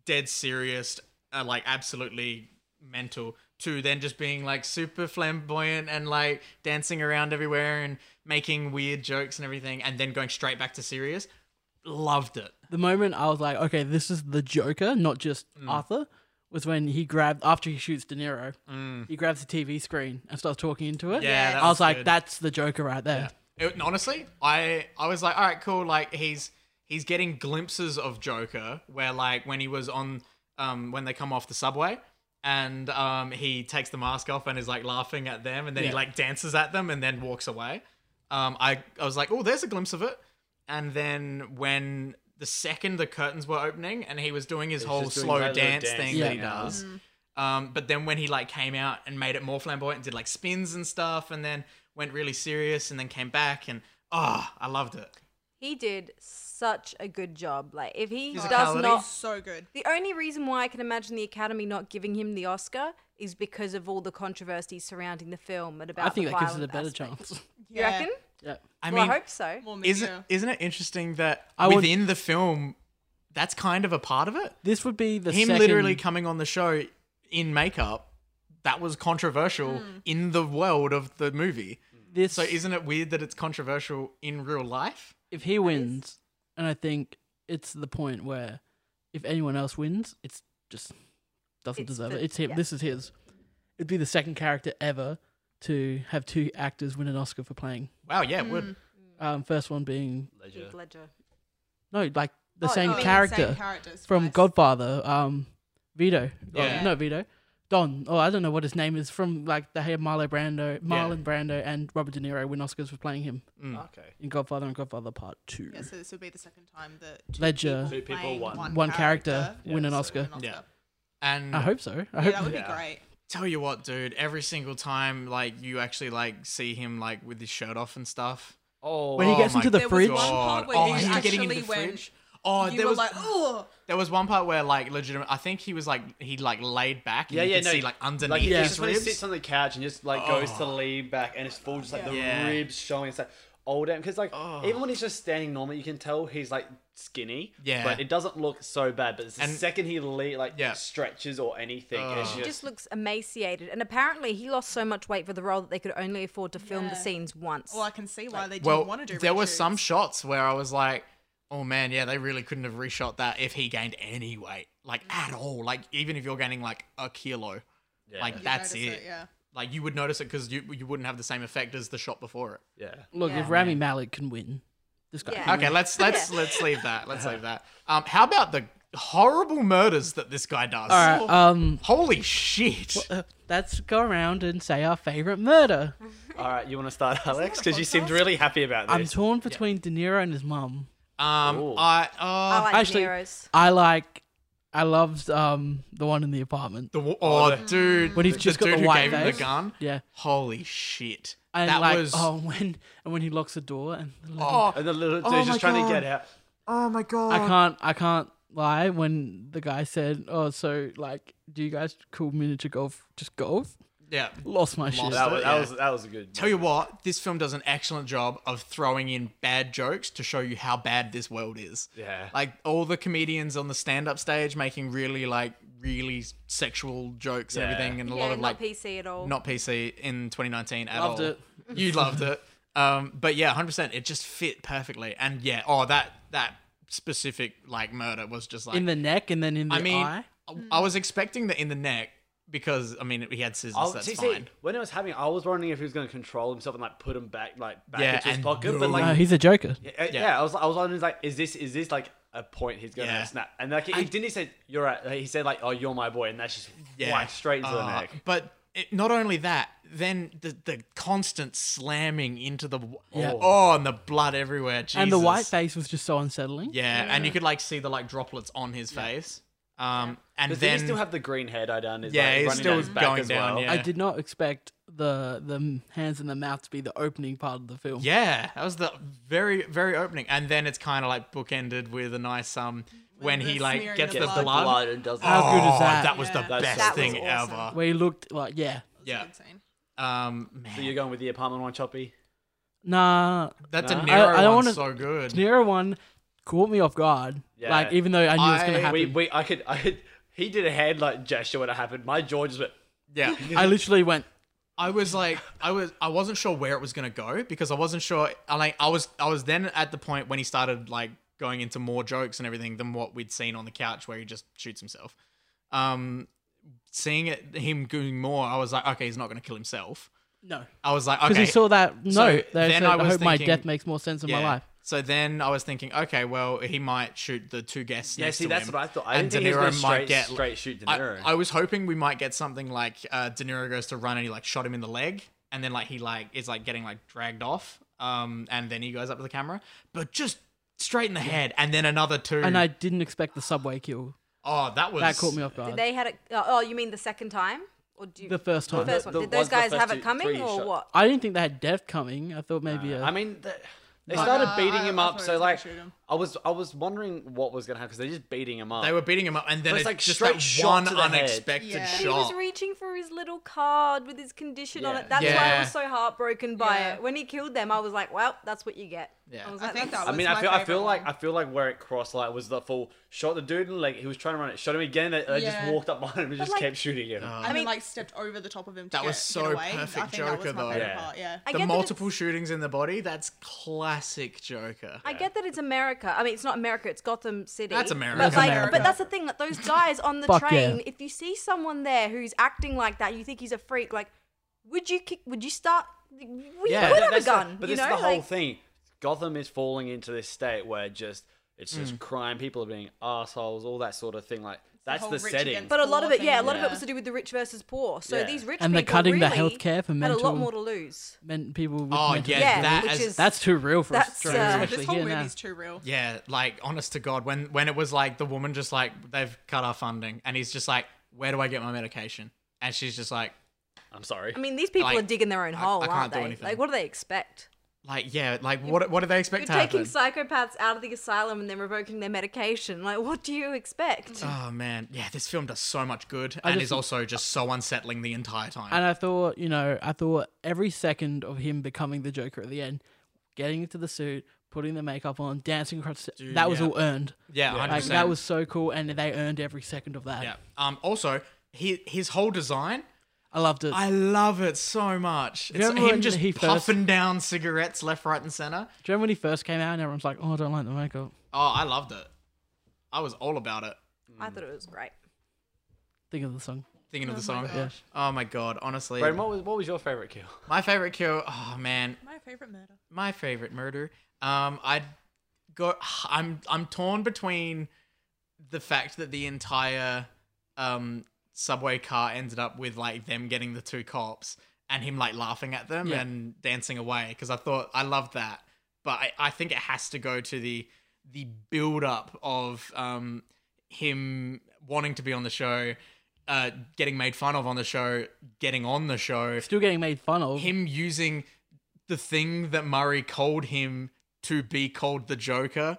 [SPEAKER 1] dead serious, uh, like absolutely mental, to then just being like super flamboyant and like dancing around everywhere and making weird jokes and everything, and then going straight back to serious. Loved it.
[SPEAKER 2] The moment I was like, okay, this is the Joker, not just
[SPEAKER 1] Mm.
[SPEAKER 2] Arthur, was when he grabbed after he shoots De Niro, he grabs the TV screen and starts talking into it.
[SPEAKER 1] Mm. Yeah, that
[SPEAKER 2] I was,
[SPEAKER 1] was
[SPEAKER 2] like,
[SPEAKER 1] good.
[SPEAKER 2] that's the Joker right there.
[SPEAKER 1] It- honestly, I I was like, all right, cool. Like he's he's getting glimpses of Joker, where like when he was on um when they come off the subway and um he takes the mask off and is like laughing at them, and then he
[SPEAKER 2] Yeah.
[SPEAKER 1] like dances at them and then walks away. Um, I I was like, oh, there's a glimpse of it. And then when the second the curtains were opening and he was doing his
[SPEAKER 4] He's
[SPEAKER 1] whole
[SPEAKER 4] just doing
[SPEAKER 1] slow
[SPEAKER 4] that little
[SPEAKER 1] dance
[SPEAKER 4] dance
[SPEAKER 1] thing
[SPEAKER 2] thing,
[SPEAKER 1] that he
[SPEAKER 4] yeah.
[SPEAKER 1] does. Um, but then when he like came out and made it more flamboyant and did like spins and stuff, and then went really serious and then came back and oh, I loved it.
[SPEAKER 3] He did such a good job. Like if he does
[SPEAKER 1] Physicality.
[SPEAKER 3] not
[SPEAKER 5] So good.
[SPEAKER 3] The only reason why I can imagine the Academy not giving him the Oscar is because of all the controversy surrounding the film and about.
[SPEAKER 2] I think
[SPEAKER 3] the
[SPEAKER 2] that gives it a
[SPEAKER 3] violent
[SPEAKER 2] better
[SPEAKER 3] aspect.
[SPEAKER 2] chance.
[SPEAKER 3] You
[SPEAKER 5] Yeah.
[SPEAKER 3] reckon?
[SPEAKER 2] [LAUGHS] yeah.
[SPEAKER 1] I
[SPEAKER 3] well,
[SPEAKER 1] mean,
[SPEAKER 3] I hope so.
[SPEAKER 5] More
[SPEAKER 1] isn't
[SPEAKER 5] media.
[SPEAKER 1] isn't it interesting that
[SPEAKER 2] I would-
[SPEAKER 1] within the film, that's kind of a part of it.
[SPEAKER 2] This would be the
[SPEAKER 1] Him
[SPEAKER 2] second-
[SPEAKER 1] literally coming on the show in makeup that was controversial in the world of the movie.
[SPEAKER 2] this
[SPEAKER 1] So isn't it weird that it's controversial in real life?
[SPEAKER 2] if he wins, and I think it's the point where if anyone else wins, it's just doesn't
[SPEAKER 3] It's
[SPEAKER 2] deserve
[SPEAKER 3] the-
[SPEAKER 2] it. It's him.
[SPEAKER 3] yeah.
[SPEAKER 2] This is his. It'd be the second character ever to have two actors win an Oscar for playing.
[SPEAKER 1] Wow, yeah, it
[SPEAKER 3] Hmm.
[SPEAKER 1] would.
[SPEAKER 2] Um, first one being
[SPEAKER 4] like,
[SPEAKER 3] Heath Ledger.
[SPEAKER 2] no, like the
[SPEAKER 3] Oh,
[SPEAKER 2] same
[SPEAKER 5] Oh,
[SPEAKER 3] being the
[SPEAKER 2] character
[SPEAKER 5] Same characters
[SPEAKER 2] from
[SPEAKER 5] twice.
[SPEAKER 2] Godfather. Um, Vito.
[SPEAKER 1] Yeah.
[SPEAKER 2] Oh, no, Vito. Don. Oh, I don't know what his name is. From like they had Marlo Brando, Marlon Brando, and Robert De Niro win Oscars for playing him
[SPEAKER 5] Mm.
[SPEAKER 1] Mm.
[SPEAKER 5] Uh-huh.
[SPEAKER 4] okay.
[SPEAKER 2] in Godfather and Godfather Part Two.
[SPEAKER 5] Yeah, so this would be the second time that two
[SPEAKER 2] Ledger.
[SPEAKER 4] Two people,
[SPEAKER 5] playing
[SPEAKER 4] one.
[SPEAKER 2] One character win
[SPEAKER 4] Yeah,
[SPEAKER 2] an
[SPEAKER 4] so-
[SPEAKER 2] Oscar.
[SPEAKER 5] an
[SPEAKER 1] Yeah.
[SPEAKER 5] Oscar.
[SPEAKER 1] And
[SPEAKER 2] I hope so. I
[SPEAKER 5] Yeah,
[SPEAKER 2] hope
[SPEAKER 5] that would
[SPEAKER 4] Yeah.
[SPEAKER 5] be great.
[SPEAKER 1] tell you what, dude, every single time like you actually like see him like with his shirt off and stuff.
[SPEAKER 4] Oh,
[SPEAKER 2] when he gets
[SPEAKER 1] my
[SPEAKER 2] into the
[SPEAKER 5] There was
[SPEAKER 2] fridge.
[SPEAKER 5] one- part where
[SPEAKER 1] oh,
[SPEAKER 5] he
[SPEAKER 1] he's getting into
[SPEAKER 5] actually
[SPEAKER 1] the
[SPEAKER 5] went-
[SPEAKER 1] fridge. Oh,
[SPEAKER 5] you
[SPEAKER 1] there
[SPEAKER 5] were
[SPEAKER 1] was
[SPEAKER 5] like, oh,
[SPEAKER 1] there was one part where like legitimate. I think he was like he like laid back. And
[SPEAKER 4] yeah,
[SPEAKER 1] you
[SPEAKER 4] yeah,
[SPEAKER 1] could
[SPEAKER 4] no,
[SPEAKER 1] see like underneath
[SPEAKER 4] like,
[SPEAKER 2] Yeah.
[SPEAKER 1] his
[SPEAKER 4] Just when he
[SPEAKER 1] ribs.
[SPEAKER 4] sits on the couch and just like goes to lean back, and it's full, just like the
[SPEAKER 1] Oh. Yeah.
[SPEAKER 4] ribs showing. It's like oh damn, because like even when he's just standing normally, you can tell he's like skinny.
[SPEAKER 1] Yeah.
[SPEAKER 4] but it doesn't look so bad. But it's the
[SPEAKER 1] And-
[SPEAKER 4] second he le- like
[SPEAKER 1] Yeah. Oh.
[SPEAKER 4] stretches or anything, it's
[SPEAKER 1] Ugh.
[SPEAKER 4] just,
[SPEAKER 3] He just looks emaciated, and apparently he lost so much weight for the role that they could only afford to film the
[SPEAKER 5] Yeah.
[SPEAKER 3] scenes once.
[SPEAKER 5] well, I can see why they didn't
[SPEAKER 1] well,
[SPEAKER 5] want to do.
[SPEAKER 1] there were some
[SPEAKER 5] reshoots.
[SPEAKER 1] shots where I was like, oh man, yeah, they really couldn't have reshot that if he gained any weight, like
[SPEAKER 5] Mm.
[SPEAKER 1] at all. Like even if you're gaining like a kilo,
[SPEAKER 4] yeah,
[SPEAKER 1] like
[SPEAKER 5] You'd
[SPEAKER 1] that's
[SPEAKER 5] notice
[SPEAKER 1] it.
[SPEAKER 5] yeah.
[SPEAKER 1] Like you would notice it because you you wouldn't have the same effect as the shot before it.
[SPEAKER 4] yeah.
[SPEAKER 2] Look, if
[SPEAKER 3] Yeah.
[SPEAKER 2] Rami Malik can win, this guy.
[SPEAKER 3] Yeah.
[SPEAKER 2] can
[SPEAKER 1] Okay,
[SPEAKER 2] win.
[SPEAKER 5] [LAUGHS]
[SPEAKER 1] let's let's let's leave that. Let's leave that. Um, how about the horrible murders that this guy does.
[SPEAKER 2] All right. Um,
[SPEAKER 1] Holy shit.
[SPEAKER 2] uh, let's go around and say our favorite murder.
[SPEAKER 4] All right, you want to start, Alex? Because you seemed really happy about
[SPEAKER 2] I'm
[SPEAKER 4] this.
[SPEAKER 2] torn between De Niro and his mum.
[SPEAKER 1] Um,
[SPEAKER 4] Ooh.
[SPEAKER 1] I, uh,
[SPEAKER 3] I like
[SPEAKER 2] Oh, actually-
[SPEAKER 3] actually, Nero's.
[SPEAKER 2] I like. I loved um the one in the apartment.
[SPEAKER 1] the, wa- oh, dude.
[SPEAKER 2] When he's
[SPEAKER 1] the
[SPEAKER 2] just got
[SPEAKER 1] dude
[SPEAKER 2] the
[SPEAKER 1] who
[SPEAKER 2] white
[SPEAKER 1] gave him
[SPEAKER 2] face.
[SPEAKER 1] the gun.
[SPEAKER 2] Yeah.
[SPEAKER 1] Holy shit.
[SPEAKER 2] And
[SPEAKER 1] that
[SPEAKER 2] like,
[SPEAKER 1] was.
[SPEAKER 2] oh [LAUGHS] when and when he locks the door and
[SPEAKER 1] oh,
[SPEAKER 4] and the little dude's
[SPEAKER 1] Oh my
[SPEAKER 4] just trying to
[SPEAKER 1] God.
[SPEAKER 4] get out.
[SPEAKER 1] oh my God.
[SPEAKER 2] I can't I can't lie when the guy said, "Oh, so like, do you guys call miniature golf just golf?"
[SPEAKER 1] Yeah.
[SPEAKER 2] Lost my shit.
[SPEAKER 4] That was,
[SPEAKER 1] yeah.
[SPEAKER 4] that was that was a good.
[SPEAKER 1] Tell you what, this film does an excellent job of throwing in bad jokes to show you how bad this world is.
[SPEAKER 4] Yeah.
[SPEAKER 1] Like all the comedians on the stand up stage making really, like, really sexual jokes and
[SPEAKER 4] Yeah.
[SPEAKER 1] everything, and a
[SPEAKER 3] Yeah,
[SPEAKER 1] lot of like
[SPEAKER 3] not PC at all.
[SPEAKER 1] not PC in 2019 at
[SPEAKER 2] Loved
[SPEAKER 1] all.
[SPEAKER 2] it.
[SPEAKER 1] [LAUGHS] You loved it. Um, but yeah, 100%. It just fit perfectly. And yeah, oh, that that specific like murder was just like.
[SPEAKER 2] in the neck and then in the
[SPEAKER 1] I mean,
[SPEAKER 2] eye.
[SPEAKER 1] I, I was expecting the in the neck because I mean he had scissors.
[SPEAKER 2] Oh,
[SPEAKER 4] I'll-
[SPEAKER 1] that's
[SPEAKER 4] see, see,
[SPEAKER 1] fine.
[SPEAKER 4] when it was happening, I was wondering if he was going to control himself and like put him back, like back
[SPEAKER 1] Yeah,
[SPEAKER 4] into his
[SPEAKER 1] and
[SPEAKER 4] pocket.
[SPEAKER 1] no.
[SPEAKER 4] But
[SPEAKER 1] [LAUGHS]
[SPEAKER 4] like,
[SPEAKER 2] No, Uh, he's a joker.
[SPEAKER 4] yeah, yeah, I was, I was wondering, like, is this, is this like a point he's going to
[SPEAKER 1] Yeah.
[SPEAKER 4] snap? And like, he didn't he say you're right? He said like, oh, you're my boy, and that's just
[SPEAKER 1] Yeah,
[SPEAKER 4] whacked straight into the
[SPEAKER 1] Uh,
[SPEAKER 4] neck.
[SPEAKER 1] But it, not only that, then the the constant slamming into the w-
[SPEAKER 2] Yeah.
[SPEAKER 1] oh, and the blood everywhere. Jesus.
[SPEAKER 2] And the white face was just so unsettling.
[SPEAKER 1] Yeah, and you could like see the like droplets on his face. Um, and
[SPEAKER 4] Does
[SPEAKER 1] then
[SPEAKER 4] he still have the green hair dye down? Is,
[SPEAKER 1] Yeah,
[SPEAKER 4] like,
[SPEAKER 1] he's
[SPEAKER 4] running
[SPEAKER 1] still
[SPEAKER 4] down his back
[SPEAKER 1] going
[SPEAKER 4] as
[SPEAKER 1] down,
[SPEAKER 4] Well.
[SPEAKER 1] yeah.
[SPEAKER 2] I did not expect the the m- hands and the mouth to be the opening part of the film.
[SPEAKER 1] [LAUGHS] Yeah, that was the very very opening, and then it's kind of like bookended with a nice um when
[SPEAKER 5] the
[SPEAKER 1] he like
[SPEAKER 5] smearing
[SPEAKER 1] gets the
[SPEAKER 5] of
[SPEAKER 1] blood.
[SPEAKER 5] blood.
[SPEAKER 4] and does
[SPEAKER 1] Oh,
[SPEAKER 2] How good is that?
[SPEAKER 1] was
[SPEAKER 5] Yeah.
[SPEAKER 1] the
[SPEAKER 4] That's
[SPEAKER 1] best
[SPEAKER 4] so That was
[SPEAKER 1] thing
[SPEAKER 3] awesome.
[SPEAKER 1] ever.
[SPEAKER 2] Where he looked like, yeah,
[SPEAKER 1] Yeah.
[SPEAKER 5] Insane.
[SPEAKER 1] Um, man,
[SPEAKER 4] So you're going with the apartment one, Choppy?
[SPEAKER 2] nah.
[SPEAKER 1] that's a
[SPEAKER 4] Nah.
[SPEAKER 1] narrow
[SPEAKER 2] I- I don't
[SPEAKER 1] one.
[SPEAKER 2] wanna-
[SPEAKER 1] so good.
[SPEAKER 2] [LAUGHS] De Niro one caught me off guard.
[SPEAKER 4] Yeah.
[SPEAKER 2] Like even though I knew it was
[SPEAKER 1] I-
[SPEAKER 2] gonna happen,
[SPEAKER 4] We, we, I could, I could. He did a hand like gesture when it happened. My jaw just went.
[SPEAKER 1] yeah,
[SPEAKER 2] I literally went.
[SPEAKER 1] I was like, I was, I wasn't sure where it was gonna go because I wasn't sure. I like, I was, I was then at the point when he started like going into more jokes and everything than what we'd seen on the couch where he just shoots himself. Um, seeing it, him doing more, I was like, okay, he's not gonna kill himself.
[SPEAKER 2] No,
[SPEAKER 1] I was like,
[SPEAKER 2] because
[SPEAKER 1] okay,
[SPEAKER 2] he saw that. No,
[SPEAKER 1] So
[SPEAKER 2] they
[SPEAKER 1] then
[SPEAKER 2] said,
[SPEAKER 1] I
[SPEAKER 2] I,
[SPEAKER 1] was
[SPEAKER 2] hope my
[SPEAKER 1] thinking-
[SPEAKER 2] death makes more sense in my
[SPEAKER 1] Yeah.
[SPEAKER 2] life.
[SPEAKER 1] So then I was thinking, okay, well, he might shoot the two guests.
[SPEAKER 4] Yeah,
[SPEAKER 1] next
[SPEAKER 4] see,
[SPEAKER 1] to
[SPEAKER 4] that's
[SPEAKER 1] him,
[SPEAKER 4] what I thought. I
[SPEAKER 1] and
[SPEAKER 4] didn't think
[SPEAKER 1] De
[SPEAKER 4] he was
[SPEAKER 1] Niro
[SPEAKER 4] gonna
[SPEAKER 1] might
[SPEAKER 4] straight,
[SPEAKER 1] get
[SPEAKER 4] straight shoot De
[SPEAKER 1] I-
[SPEAKER 4] Niro.
[SPEAKER 1] I, was hoping we might get something like uh, De Niro goes to run and he like shot him in the leg, and then like he like is like getting like dragged off, um, and then he goes up to the camera, but just straight in the head, and then another two.
[SPEAKER 2] And I didn't expect the subway kill.
[SPEAKER 1] oh, that was
[SPEAKER 2] That caught me off
[SPEAKER 3] Did
[SPEAKER 2] guard.
[SPEAKER 3] they had it? Oh, oh, you mean the second time? Or do you,
[SPEAKER 2] The first time.
[SPEAKER 3] first
[SPEAKER 4] The-
[SPEAKER 3] one?
[SPEAKER 4] the
[SPEAKER 3] Did those
[SPEAKER 4] ones- the
[SPEAKER 3] guys
[SPEAKER 4] first
[SPEAKER 3] have
[SPEAKER 4] two-
[SPEAKER 3] it coming
[SPEAKER 4] three
[SPEAKER 3] or
[SPEAKER 4] shots.
[SPEAKER 3] what?
[SPEAKER 2] I didn't think they had death coming. I thought maybe. Uh,
[SPEAKER 4] I mean, the, they
[SPEAKER 2] Nah.
[SPEAKER 4] started
[SPEAKER 5] Nah,
[SPEAKER 4] beating
[SPEAKER 5] I-
[SPEAKER 4] him
[SPEAKER 5] I
[SPEAKER 4] up.
[SPEAKER 5] thought he
[SPEAKER 4] So
[SPEAKER 5] was gonna
[SPEAKER 4] like,
[SPEAKER 5] shoot him.
[SPEAKER 4] I was, I was wondering what was gonna happen because they're just beating him up.
[SPEAKER 1] They were beating him up, and then
[SPEAKER 4] But
[SPEAKER 1] it's
[SPEAKER 4] it's, like,
[SPEAKER 1] just
[SPEAKER 4] straight
[SPEAKER 1] that
[SPEAKER 4] shot
[SPEAKER 1] one
[SPEAKER 4] to the head.
[SPEAKER 1] unexpected
[SPEAKER 5] Yeah. But
[SPEAKER 1] shot.
[SPEAKER 3] But he
[SPEAKER 4] Oh.
[SPEAKER 3] was reaching for his little card with his condition on
[SPEAKER 4] Yeah.
[SPEAKER 3] it. That's why
[SPEAKER 1] Yeah.
[SPEAKER 3] I was so heartbroken by
[SPEAKER 5] Yeah.
[SPEAKER 3] it. When he killed them, I was like, well, that's what you get.
[SPEAKER 1] Yeah.
[SPEAKER 3] was
[SPEAKER 5] I
[SPEAKER 3] like,
[SPEAKER 5] think
[SPEAKER 3] "That's-
[SPEAKER 5] that
[SPEAKER 4] I
[SPEAKER 5] was
[SPEAKER 4] mean,
[SPEAKER 5] my
[SPEAKER 4] I feel, I
[SPEAKER 5] favorite
[SPEAKER 4] feel like,
[SPEAKER 5] one.
[SPEAKER 4] I feel like where it crossed like was the full shot the dude and like he was trying to run it, shot him again. They, they
[SPEAKER 5] Yeah.
[SPEAKER 4] just walked up behind him and just
[SPEAKER 3] like-
[SPEAKER 4] kept shooting him.
[SPEAKER 5] I mean,
[SPEAKER 3] mean-
[SPEAKER 5] like stepped over the top of him. To
[SPEAKER 1] That
[SPEAKER 5] get,
[SPEAKER 1] was so
[SPEAKER 5] get away. I
[SPEAKER 1] perfect
[SPEAKER 5] think that
[SPEAKER 1] Joker,
[SPEAKER 5] was
[SPEAKER 1] though.
[SPEAKER 5] my favorite
[SPEAKER 4] Yeah.
[SPEAKER 5] Part, yeah.
[SPEAKER 3] I
[SPEAKER 1] the
[SPEAKER 3] get that
[SPEAKER 1] multiple
[SPEAKER 3] it's-
[SPEAKER 1] shootings in the body, that's classic Joker.
[SPEAKER 3] I get that it's America. I mean, it's not America. It's Gotham City.
[SPEAKER 1] That's America.
[SPEAKER 3] But,
[SPEAKER 2] That's
[SPEAKER 3] like,
[SPEAKER 2] America.
[SPEAKER 3] but that's the thing. That
[SPEAKER 4] [LAUGHS]
[SPEAKER 3] those guys on the
[SPEAKER 2] Fuck yeah.
[SPEAKER 3] train, if you see someone there who's acting like that, you think he's a freak. Like, would you kick? Would you start? We
[SPEAKER 1] Yeah. But
[SPEAKER 3] would have a
[SPEAKER 4] That's the-
[SPEAKER 3] gun.
[SPEAKER 4] but
[SPEAKER 3] you
[SPEAKER 4] this
[SPEAKER 3] know,
[SPEAKER 4] is the whole
[SPEAKER 3] like,
[SPEAKER 4] thing. Gotham is falling into this state where just it's
[SPEAKER 1] Mm.
[SPEAKER 4] just crime. People are being assholes, all that sort of thing. Like that's
[SPEAKER 5] whole
[SPEAKER 4] the,
[SPEAKER 5] rich
[SPEAKER 4] setting.
[SPEAKER 5] against
[SPEAKER 3] But a lot of it,
[SPEAKER 5] Poor
[SPEAKER 3] yeah, a
[SPEAKER 5] thing,
[SPEAKER 3] lot of
[SPEAKER 5] yeah.
[SPEAKER 3] it was to do with the rich versus poor. So
[SPEAKER 4] Yeah.
[SPEAKER 3] these rich
[SPEAKER 2] And they're
[SPEAKER 3] people
[SPEAKER 2] cutting the
[SPEAKER 3] really
[SPEAKER 2] healthcare for
[SPEAKER 3] had a
[SPEAKER 2] mental-
[SPEAKER 3] lot more to lose.
[SPEAKER 2] meant people. With
[SPEAKER 1] Oh,
[SPEAKER 2] mental
[SPEAKER 1] yeah,
[SPEAKER 3] Yeah,
[SPEAKER 1] that
[SPEAKER 3] which
[SPEAKER 1] as-
[SPEAKER 2] [LAUGHS]
[SPEAKER 3] is
[SPEAKER 2] That's too real for
[SPEAKER 3] That's,
[SPEAKER 2] Australia.
[SPEAKER 3] uh,
[SPEAKER 2] actually,
[SPEAKER 5] This whole
[SPEAKER 2] here now.
[SPEAKER 5] movie's too real.
[SPEAKER 1] Yeah, like honest to God, when when it was like the woman just like they've cut our funding, and he's just like, "Where do I get my medication?" And she's just like,
[SPEAKER 4] I'm sorry.
[SPEAKER 3] I mean, these people
[SPEAKER 1] Like,
[SPEAKER 3] are digging their own
[SPEAKER 1] I-
[SPEAKER 3] hole,
[SPEAKER 1] I can't
[SPEAKER 3] aren't
[SPEAKER 1] do
[SPEAKER 3] they?
[SPEAKER 1] anything.
[SPEAKER 3] Like, what do they expect?
[SPEAKER 1] "Like yeah, like what what do they expect to
[SPEAKER 3] You're
[SPEAKER 1] happen?"
[SPEAKER 3] taking psychopaths out of the asylum and then revoking their medication. Like, what do you expect?
[SPEAKER 1] oh man, yeah, this film does so much good,
[SPEAKER 2] I
[SPEAKER 1] and
[SPEAKER 2] just-
[SPEAKER 1] is also just so unsettling the entire time.
[SPEAKER 2] And I thought, you know, I thought every second of him becoming the Joker at the end, getting into the suit, putting the makeup on, dancing across,
[SPEAKER 1] Dude,
[SPEAKER 2] that was
[SPEAKER 1] yeah.
[SPEAKER 2] all earned.
[SPEAKER 1] yeah, hundred
[SPEAKER 2] Like
[SPEAKER 1] percent.
[SPEAKER 2] that was so cool, and they earned every second of that.
[SPEAKER 1] yeah. Um. Also, he his whole design,
[SPEAKER 2] I loved it.
[SPEAKER 1] I love it so much. It's
[SPEAKER 2] remember
[SPEAKER 1] him
[SPEAKER 2] when
[SPEAKER 1] just
[SPEAKER 2] he first-
[SPEAKER 1] puffing down cigarettes left, right, and center.
[SPEAKER 2] Do you remember when he first came out and everyone's like, "Oh, I don't like the makeup."
[SPEAKER 1] Oh, I loved it. I was all about it.
[SPEAKER 3] I thought it was great.
[SPEAKER 2] Think of the song.
[SPEAKER 1] Thinking of the song.
[SPEAKER 2] Yeah.
[SPEAKER 1] Oh my god, honestly.
[SPEAKER 4] Brayden, what was what was your favorite kill?
[SPEAKER 1] My favorite kill. Oh man,
[SPEAKER 5] My favorite murder.
[SPEAKER 1] my [SIGHS] favorite murder. Um, I'd go. I'm I'm torn between the fact that the entire um, subway car ended up with like them getting the two cops and him like laughing at them
[SPEAKER 2] Yeah.
[SPEAKER 1] and dancing away because I thought I loved that, but I, I think it has to go to the the build up of um, him wanting to be on the show, uh, getting made fun of on the show, getting on the show,
[SPEAKER 2] Still getting made fun of.
[SPEAKER 1] him using the thing that Murray called him to be called the Joker,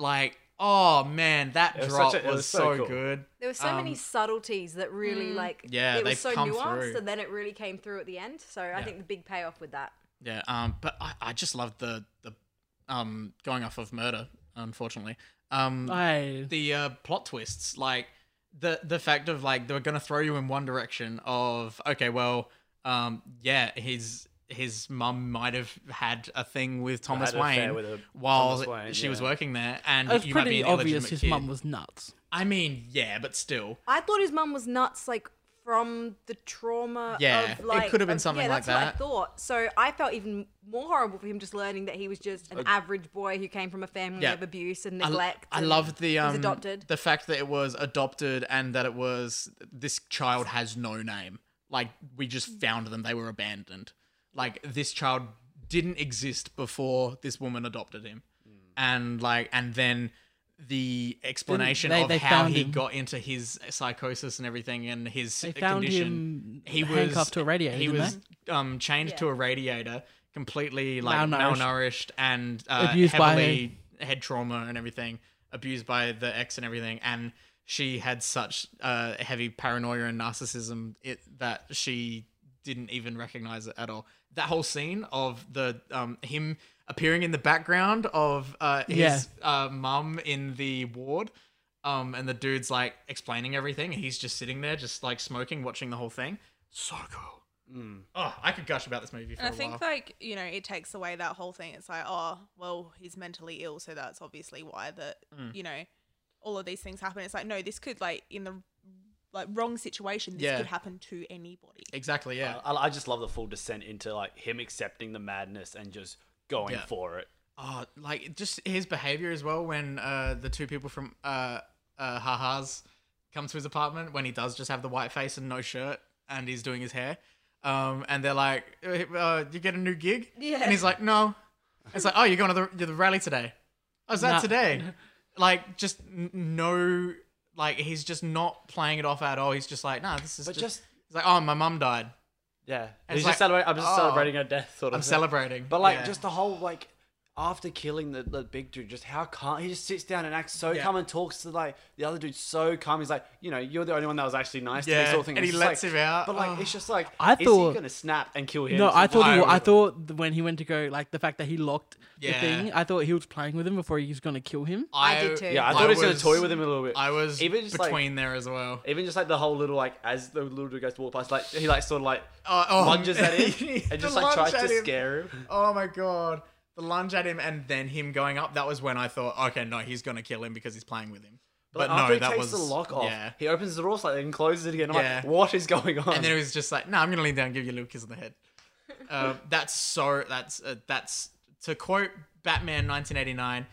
[SPEAKER 1] like, oh man, that
[SPEAKER 4] It was
[SPEAKER 1] drop
[SPEAKER 4] such a- it
[SPEAKER 1] was,
[SPEAKER 4] was so
[SPEAKER 1] so
[SPEAKER 4] cool.
[SPEAKER 1] good.
[SPEAKER 3] There were so many subtleties that really like
[SPEAKER 1] Um, Yeah,
[SPEAKER 3] it was
[SPEAKER 1] they've
[SPEAKER 3] so
[SPEAKER 1] come
[SPEAKER 3] nuanced,
[SPEAKER 1] through.
[SPEAKER 3] and then it really came through at the end. So I think the big payoff with that.
[SPEAKER 1] Yeah, um, but I, I just loved the the um going off of murder, unfortunately. Um,
[SPEAKER 2] I
[SPEAKER 1] the uh, plot twists, like the the fact of like they were gonna throw you in one direction of okay, well, um, yeah, his his mum might have had a thing with Thomas
[SPEAKER 4] an
[SPEAKER 1] Wayne
[SPEAKER 4] affair with a-
[SPEAKER 1] while
[SPEAKER 4] Thomas Wayne,
[SPEAKER 1] she was
[SPEAKER 4] yeah.
[SPEAKER 1] working there, and
[SPEAKER 2] it's
[SPEAKER 1] you might be
[SPEAKER 2] pretty
[SPEAKER 1] an
[SPEAKER 2] obvious
[SPEAKER 1] illegitimate
[SPEAKER 2] his
[SPEAKER 1] kid.
[SPEAKER 2] mum was nuts.
[SPEAKER 1] I mean, yeah, but still,
[SPEAKER 3] I thought his mum was nuts, like from the trauma.
[SPEAKER 1] Yeah,
[SPEAKER 3] of,
[SPEAKER 1] it
[SPEAKER 3] like,
[SPEAKER 1] could have been
[SPEAKER 3] of-
[SPEAKER 1] something
[SPEAKER 3] yeah,
[SPEAKER 1] like
[SPEAKER 3] that's what
[SPEAKER 1] that.
[SPEAKER 3] I thought so. I felt even more horrible for him just learning that he was just an average boy who came from a family
[SPEAKER 1] Yeah.
[SPEAKER 3] of abuse and
[SPEAKER 1] I, l-
[SPEAKER 3] neglect.
[SPEAKER 1] I
[SPEAKER 3] and
[SPEAKER 1] loved the um
[SPEAKER 3] adopted.
[SPEAKER 1] the fact that it was adopted and that it was this child has no name. Like we just
[SPEAKER 3] Mm.
[SPEAKER 1] found them; they were abandoned. Like this child didn't exist before this woman adopted him, and like and then the explanation
[SPEAKER 2] they-
[SPEAKER 1] of
[SPEAKER 2] they
[SPEAKER 1] how
[SPEAKER 2] found
[SPEAKER 1] he
[SPEAKER 2] him.
[SPEAKER 1] got into his psychosis and everything and his
[SPEAKER 2] They found
[SPEAKER 1] condition.
[SPEAKER 2] him
[SPEAKER 1] he was
[SPEAKER 2] handcuffed to a radiator,
[SPEAKER 1] He
[SPEAKER 2] didn't
[SPEAKER 1] was um chained to a radiator, completely like
[SPEAKER 2] Malnourished.
[SPEAKER 1] malnourished, and uh,
[SPEAKER 2] Abused by-
[SPEAKER 1] heavily head trauma and everything, abused by the ex and everything, and she had such uh, heavy paranoia and narcissism it, that she didn't even recognize it at all. That whole scene of the um, him appearing in the background of uh, his
[SPEAKER 2] Yeah.
[SPEAKER 1] uh, mum in the ward. Um, and the dude's like explaining everything, and he's just sitting there, just like smoking, watching the whole thing. So cool. Oh, I could gush about this movie for
[SPEAKER 5] And I
[SPEAKER 1] a
[SPEAKER 5] think
[SPEAKER 1] while.
[SPEAKER 5] like you know it takes away that whole thing. It's like oh well he's mentally ill, so that's obviously why that
[SPEAKER 2] Mm.
[SPEAKER 5] you know all of these things happen. It's like no, this could like in the like wrong situation, this
[SPEAKER 1] Yeah.
[SPEAKER 5] could happen to anybody.
[SPEAKER 1] exactly, yeah.
[SPEAKER 4] I, I just love the full descent into like him accepting the madness and just going
[SPEAKER 1] Yeah.
[SPEAKER 4] for it.
[SPEAKER 1] Oh, like just his behavior as well when uh the two people from uh uh Haha's come to his apartment when he does just have the white face and no shirt and he's doing his hair. Um and they're like, uh, uh, you get a new gig?
[SPEAKER 3] Yeah.
[SPEAKER 1] And he's like, "No." It's like, "Oh, you're going to the, to the rally today." Oh, is that
[SPEAKER 2] Nah.
[SPEAKER 1] today? Like just n- no like he's just not playing it off at all. He's just like, "Nah, this is
[SPEAKER 4] But
[SPEAKER 1] just,
[SPEAKER 4] just-
[SPEAKER 1] He's like, "Oh, my mum died.
[SPEAKER 4] Yeah,
[SPEAKER 1] It's
[SPEAKER 4] he's
[SPEAKER 1] like,
[SPEAKER 4] just celebrating. I'm just
[SPEAKER 1] oh,
[SPEAKER 4] celebrating her death. Sort of.
[SPEAKER 1] I'm
[SPEAKER 4] thing.
[SPEAKER 1] celebrating."
[SPEAKER 4] But like,
[SPEAKER 1] Yeah.
[SPEAKER 4] just the whole like, after killing the, the big dude, just how calm he just sits down and acts so
[SPEAKER 1] Yeah.
[SPEAKER 4] calm and talks to like the other dude so calm. He's like, you know, you're the only one that was actually nice to
[SPEAKER 1] Yeah,
[SPEAKER 4] me, sort of thing.
[SPEAKER 1] and
[SPEAKER 4] It's
[SPEAKER 1] he
[SPEAKER 4] just
[SPEAKER 1] lets
[SPEAKER 4] like-
[SPEAKER 1] him out.
[SPEAKER 4] But like,
[SPEAKER 1] Oh.
[SPEAKER 4] it's just like,
[SPEAKER 2] I
[SPEAKER 4] is
[SPEAKER 2] thought-
[SPEAKER 4] he gonna snap and kill him?
[SPEAKER 2] No, I thought he,
[SPEAKER 1] wild.
[SPEAKER 2] I thought when he went to go like the fact that he locked the
[SPEAKER 1] Yeah.
[SPEAKER 2] thing. I thought he was playing with him before he was gonna kill him.
[SPEAKER 3] I did too.
[SPEAKER 4] Yeah, I
[SPEAKER 3] I
[SPEAKER 4] thought he was gonna
[SPEAKER 1] was-
[SPEAKER 4] toy with him a little bit.
[SPEAKER 1] I was
[SPEAKER 4] even just like-
[SPEAKER 1] between there as well.
[SPEAKER 4] Even just like the whole little like as the little dude goes to walk past, like he like sort of like
[SPEAKER 1] Uh, oh,
[SPEAKER 4] lunges at him
[SPEAKER 1] [LAUGHS] the
[SPEAKER 4] and just like
[SPEAKER 1] lunge
[SPEAKER 4] tries to
[SPEAKER 1] at him.
[SPEAKER 4] scare him.
[SPEAKER 1] Oh my god. The lunge at him and then him going up, that was when I thought, okay, no, he's gonna kill him because he's playing with him. But,
[SPEAKER 4] But, after
[SPEAKER 1] no,
[SPEAKER 4] he
[SPEAKER 1] that
[SPEAKER 4] takes
[SPEAKER 1] was
[SPEAKER 4] the lock off,
[SPEAKER 1] Yeah.
[SPEAKER 4] he opens the door slightly and closes it again. I'm
[SPEAKER 1] Yeah.
[SPEAKER 4] like, what is going on?
[SPEAKER 1] And then it was just like, no, I'm gonna lean down and give you a little kiss on the
[SPEAKER 3] [LAUGHS]
[SPEAKER 1] head. Uh, that's so that's uh, that's to quote Batman 1989,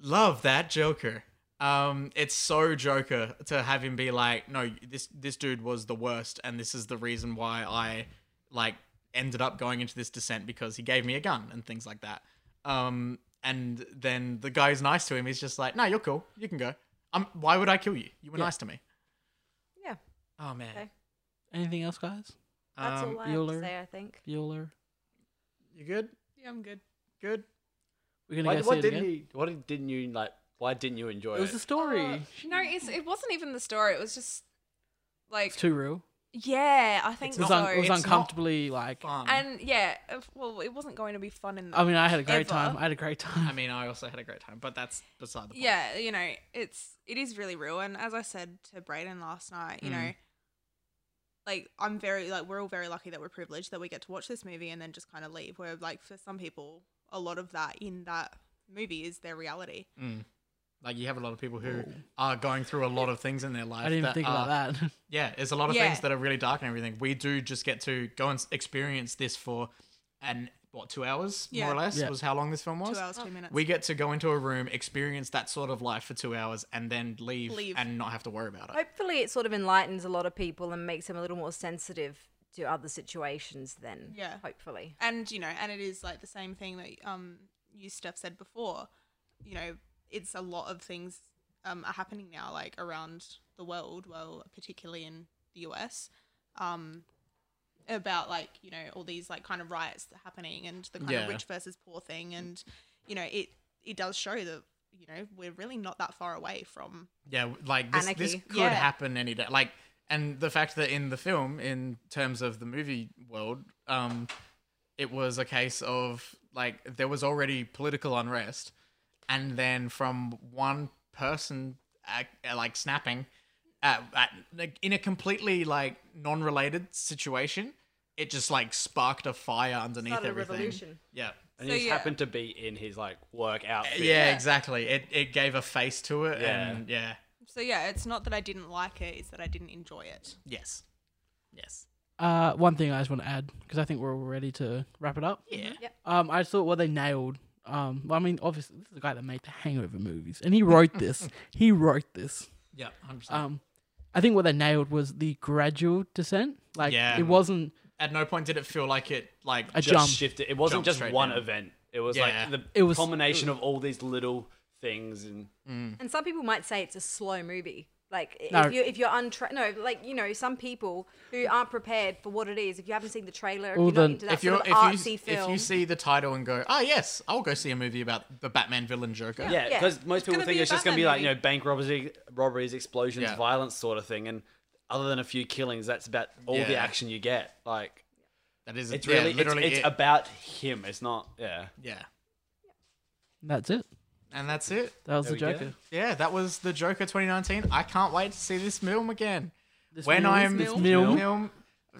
[SPEAKER 1] love that Joker. Um, it's so Joker to have him be like, no, this this dude was the worst, and this is the reason why I like ended up going into this descent because he gave me a gun and things like that. Um, and then the guy who's nice to him is just like, no, you're cool, you can go. Um, why would I kill you? You were nice to me.
[SPEAKER 3] yeah,
[SPEAKER 1] Oh man,
[SPEAKER 3] Okay.
[SPEAKER 2] Anything else, guys?
[SPEAKER 3] that's
[SPEAKER 1] um,
[SPEAKER 3] all I have to
[SPEAKER 2] Bueller.
[SPEAKER 3] say. I think.
[SPEAKER 2] Bueller.
[SPEAKER 1] you good?
[SPEAKER 5] Yeah, I'm good.
[SPEAKER 1] Good.
[SPEAKER 2] We're gonna
[SPEAKER 4] Why,
[SPEAKER 2] go see
[SPEAKER 4] what
[SPEAKER 2] it
[SPEAKER 4] didn't
[SPEAKER 2] again.
[SPEAKER 4] you? What didn't you like? Why didn't you enjoy
[SPEAKER 2] It was
[SPEAKER 4] it?
[SPEAKER 2] the story.
[SPEAKER 6] Uh, no, it's, it wasn't even the story. It was just like
[SPEAKER 2] it's too real.
[SPEAKER 6] yeah, I think
[SPEAKER 2] It was,
[SPEAKER 6] so.
[SPEAKER 2] un- it was
[SPEAKER 1] it's not
[SPEAKER 2] uncomfortably like.
[SPEAKER 1] Fun.
[SPEAKER 6] and yeah,
[SPEAKER 5] If- Well, it wasn't going to be fun in the.
[SPEAKER 2] I mean, I had a great time.
[SPEAKER 6] Ever.
[SPEAKER 2] I had a great time.
[SPEAKER 1] I mean, I also had a great time, but that's beside the point.
[SPEAKER 6] yeah,
[SPEAKER 5] you know, it's it is really real. And as I said to Brayden last night, you know, like I'm very like we're all very lucky that we're privileged that we get to watch this movie and then just kind of leave. Where like for some people, a lot of that in that movie is their reality.
[SPEAKER 1] Like you have a lot of people who are going through a lot of things in their life.
[SPEAKER 2] I didn't even
[SPEAKER 1] that
[SPEAKER 2] think
[SPEAKER 1] are,
[SPEAKER 2] about that. [LAUGHS]
[SPEAKER 1] Yeah, there's a lot of
[SPEAKER 5] Yeah.
[SPEAKER 1] things that are really dark and everything. We do just get to go and s- experience this for an what two hours
[SPEAKER 5] Yeah.
[SPEAKER 1] more or less
[SPEAKER 2] Yeah.
[SPEAKER 1] was how long this film was.
[SPEAKER 5] Two hours, two minutes.
[SPEAKER 1] We get to go into a room, experience that sort of life for two hours, and then leave,
[SPEAKER 5] Leave.
[SPEAKER 1] and not have to worry about it.
[SPEAKER 3] Hopefully, it sort of enlightens a lot of people and makes them a little more sensitive to other situations. Then,
[SPEAKER 5] Yeah.
[SPEAKER 3] hopefully,
[SPEAKER 5] and you know, and it is like the same thing that um you Steph said before. You know, it's a lot of things um are happening now, like around the world. Well, particularly in the US, um, about like you know all these like kind of riots that are happening and the kind
[SPEAKER 1] Yeah.
[SPEAKER 5] of rich versus poor thing, and you know it it does show that you know we're really not that far away from
[SPEAKER 1] Yeah, like this, this
[SPEAKER 3] Anarchy.
[SPEAKER 1] could
[SPEAKER 5] Yeah.
[SPEAKER 1] happen any day. Like, and the fact that in the film, in terms of the movie world, um, it was a case of like there was already political unrest, and then from one person ac uh, like snapping at, at like, in a completely like non-related situation, it just like sparked a fire underneath
[SPEAKER 3] Started a
[SPEAKER 1] everything.
[SPEAKER 3] revolution.
[SPEAKER 1] Yeah.
[SPEAKER 4] And
[SPEAKER 6] So,
[SPEAKER 4] he just
[SPEAKER 6] yeah.
[SPEAKER 4] happened to be in his like work outfit.
[SPEAKER 1] Uh, yeah, exactly. It it gave a face to it,
[SPEAKER 4] Uh, Yeah.
[SPEAKER 1] and yeah,
[SPEAKER 5] So yeah, it's not that I didn't like it; it's that I didn't enjoy it.
[SPEAKER 1] yes, yes,
[SPEAKER 2] Uh, one thing I just want to add because I think we're all ready to wrap it up.
[SPEAKER 1] yeah.
[SPEAKER 2] Um, I just thought what they nailed. Um, well, I mean, obviously this is the guy that made the Hangover movies, and he wrote this. he wrote this.
[SPEAKER 1] Yeah, 100%.
[SPEAKER 2] Um, I think what they nailed was the gradual descent. Like
[SPEAKER 1] Yeah.
[SPEAKER 2] it wasn't
[SPEAKER 1] At no point did it feel like it, like,
[SPEAKER 2] a
[SPEAKER 4] Just
[SPEAKER 2] jump.
[SPEAKER 4] shifted. It wasn't
[SPEAKER 1] Jump
[SPEAKER 4] just
[SPEAKER 1] straight
[SPEAKER 4] one
[SPEAKER 1] down.
[SPEAKER 4] event. It was
[SPEAKER 1] Yeah.
[SPEAKER 4] like the
[SPEAKER 2] It was-
[SPEAKER 4] culmination of all these little things and
[SPEAKER 1] Mm.
[SPEAKER 3] and some people might say it's a slow movie. Like i-
[SPEAKER 2] No.
[SPEAKER 3] if you if you're untra- no, like you know, some people who aren't prepared for what it is. If you haven't seen the trailer, if
[SPEAKER 2] Well,
[SPEAKER 3] you're not
[SPEAKER 2] then-
[SPEAKER 3] into that
[SPEAKER 1] if you
[SPEAKER 3] sort
[SPEAKER 1] if
[SPEAKER 3] of
[SPEAKER 1] you
[SPEAKER 3] artsy
[SPEAKER 1] if
[SPEAKER 3] film,
[SPEAKER 1] you see the title and go, oh yes, I'll go see a movie about the Batman villain Joker.
[SPEAKER 3] Yeah.
[SPEAKER 4] Yeah, because most people
[SPEAKER 5] gonna
[SPEAKER 4] think
[SPEAKER 5] be a
[SPEAKER 4] it's just going to be like
[SPEAKER 5] Batman
[SPEAKER 4] you know bank robberies, robberies, explosions,
[SPEAKER 1] Yeah.
[SPEAKER 4] violence, sort of thing. And other than a few killings, that's about all the
[SPEAKER 1] Yeah.
[SPEAKER 4] action you get. Like
[SPEAKER 1] that is
[SPEAKER 4] it's
[SPEAKER 1] yeah,
[SPEAKER 4] really,
[SPEAKER 1] literally
[SPEAKER 4] it's, it's
[SPEAKER 1] it.
[SPEAKER 4] about him. It's not, yeah.
[SPEAKER 1] yeah,
[SPEAKER 2] That's it.
[SPEAKER 1] and that's it.
[SPEAKER 2] That was
[SPEAKER 4] There
[SPEAKER 2] the
[SPEAKER 4] we go.
[SPEAKER 2] Joker.
[SPEAKER 1] Yeah, that was the Joker 2019. I can't wait to see this film again.
[SPEAKER 2] This
[SPEAKER 1] when
[SPEAKER 2] film-
[SPEAKER 1] I'm
[SPEAKER 2] this
[SPEAKER 5] Film.
[SPEAKER 2] film,
[SPEAKER 1] film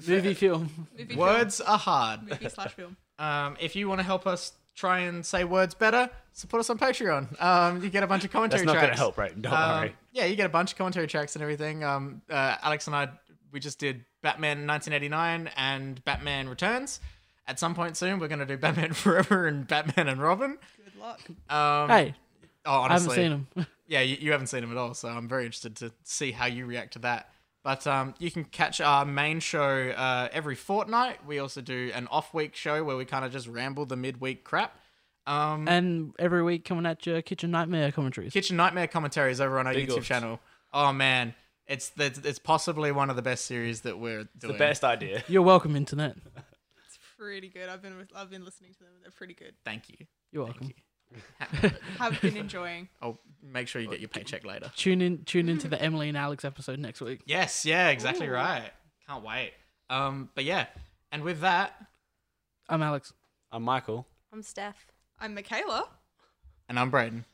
[SPEAKER 2] movie film.
[SPEAKER 5] Movie
[SPEAKER 1] words are hard.
[SPEAKER 5] film, movie slash film.
[SPEAKER 1] Um, if you want to help us try and say words better, support us on Patreon. Um, you get a bunch of commentary
[SPEAKER 4] That's not going to
[SPEAKER 1] tracks.
[SPEAKER 4] help, right? Don't
[SPEAKER 1] Um,
[SPEAKER 4] worry.
[SPEAKER 1] Yeah, you get a bunch of commentary tracks and everything. Um, uh, Alex and I, we just did Batman 1989 and Batman Returns. At some point soon, we're going to do Batman [LAUGHS] Forever and Batman and Robin.
[SPEAKER 5] Good luck.
[SPEAKER 1] Um,
[SPEAKER 2] Hey,
[SPEAKER 1] oh,
[SPEAKER 2] I haven't
[SPEAKER 1] honestly,
[SPEAKER 2] seen him.
[SPEAKER 1] Yeah, you, you haven't seen them at all, so I'm very interested to see how you react to that. But um, you can catch our main show uh, every fortnight. We also do an off-week show where we kind of just ramble the midweek crap. Um,
[SPEAKER 2] and every week coming at your kitchen nightmare commentaries.
[SPEAKER 1] Kitchen Nightmare commentaries over on our
[SPEAKER 4] Big
[SPEAKER 1] YouTube
[SPEAKER 4] ups.
[SPEAKER 1] channel. Oh man, it's it's it's possibly one of the best series that we're
[SPEAKER 4] The
[SPEAKER 1] doing.
[SPEAKER 4] best idea.
[SPEAKER 2] You're welcome, internet.
[SPEAKER 5] It's pretty good. I've been I've been listening to them. They're pretty good.
[SPEAKER 1] Thank you.
[SPEAKER 2] You're welcome.
[SPEAKER 5] Have been enjoying.
[SPEAKER 1] [LAUGHS] I'll make sure you get your paycheck later.
[SPEAKER 2] Tune in, tune into the Emily and Alex episode next week.
[SPEAKER 1] Yes, yeah, exactly right. Can't wait. Um, but yeah, and with that,
[SPEAKER 2] I'm Alex.
[SPEAKER 4] I'm Michael.
[SPEAKER 3] I'm Steph.
[SPEAKER 5] I'm Michaela.
[SPEAKER 1] and I'm Braden.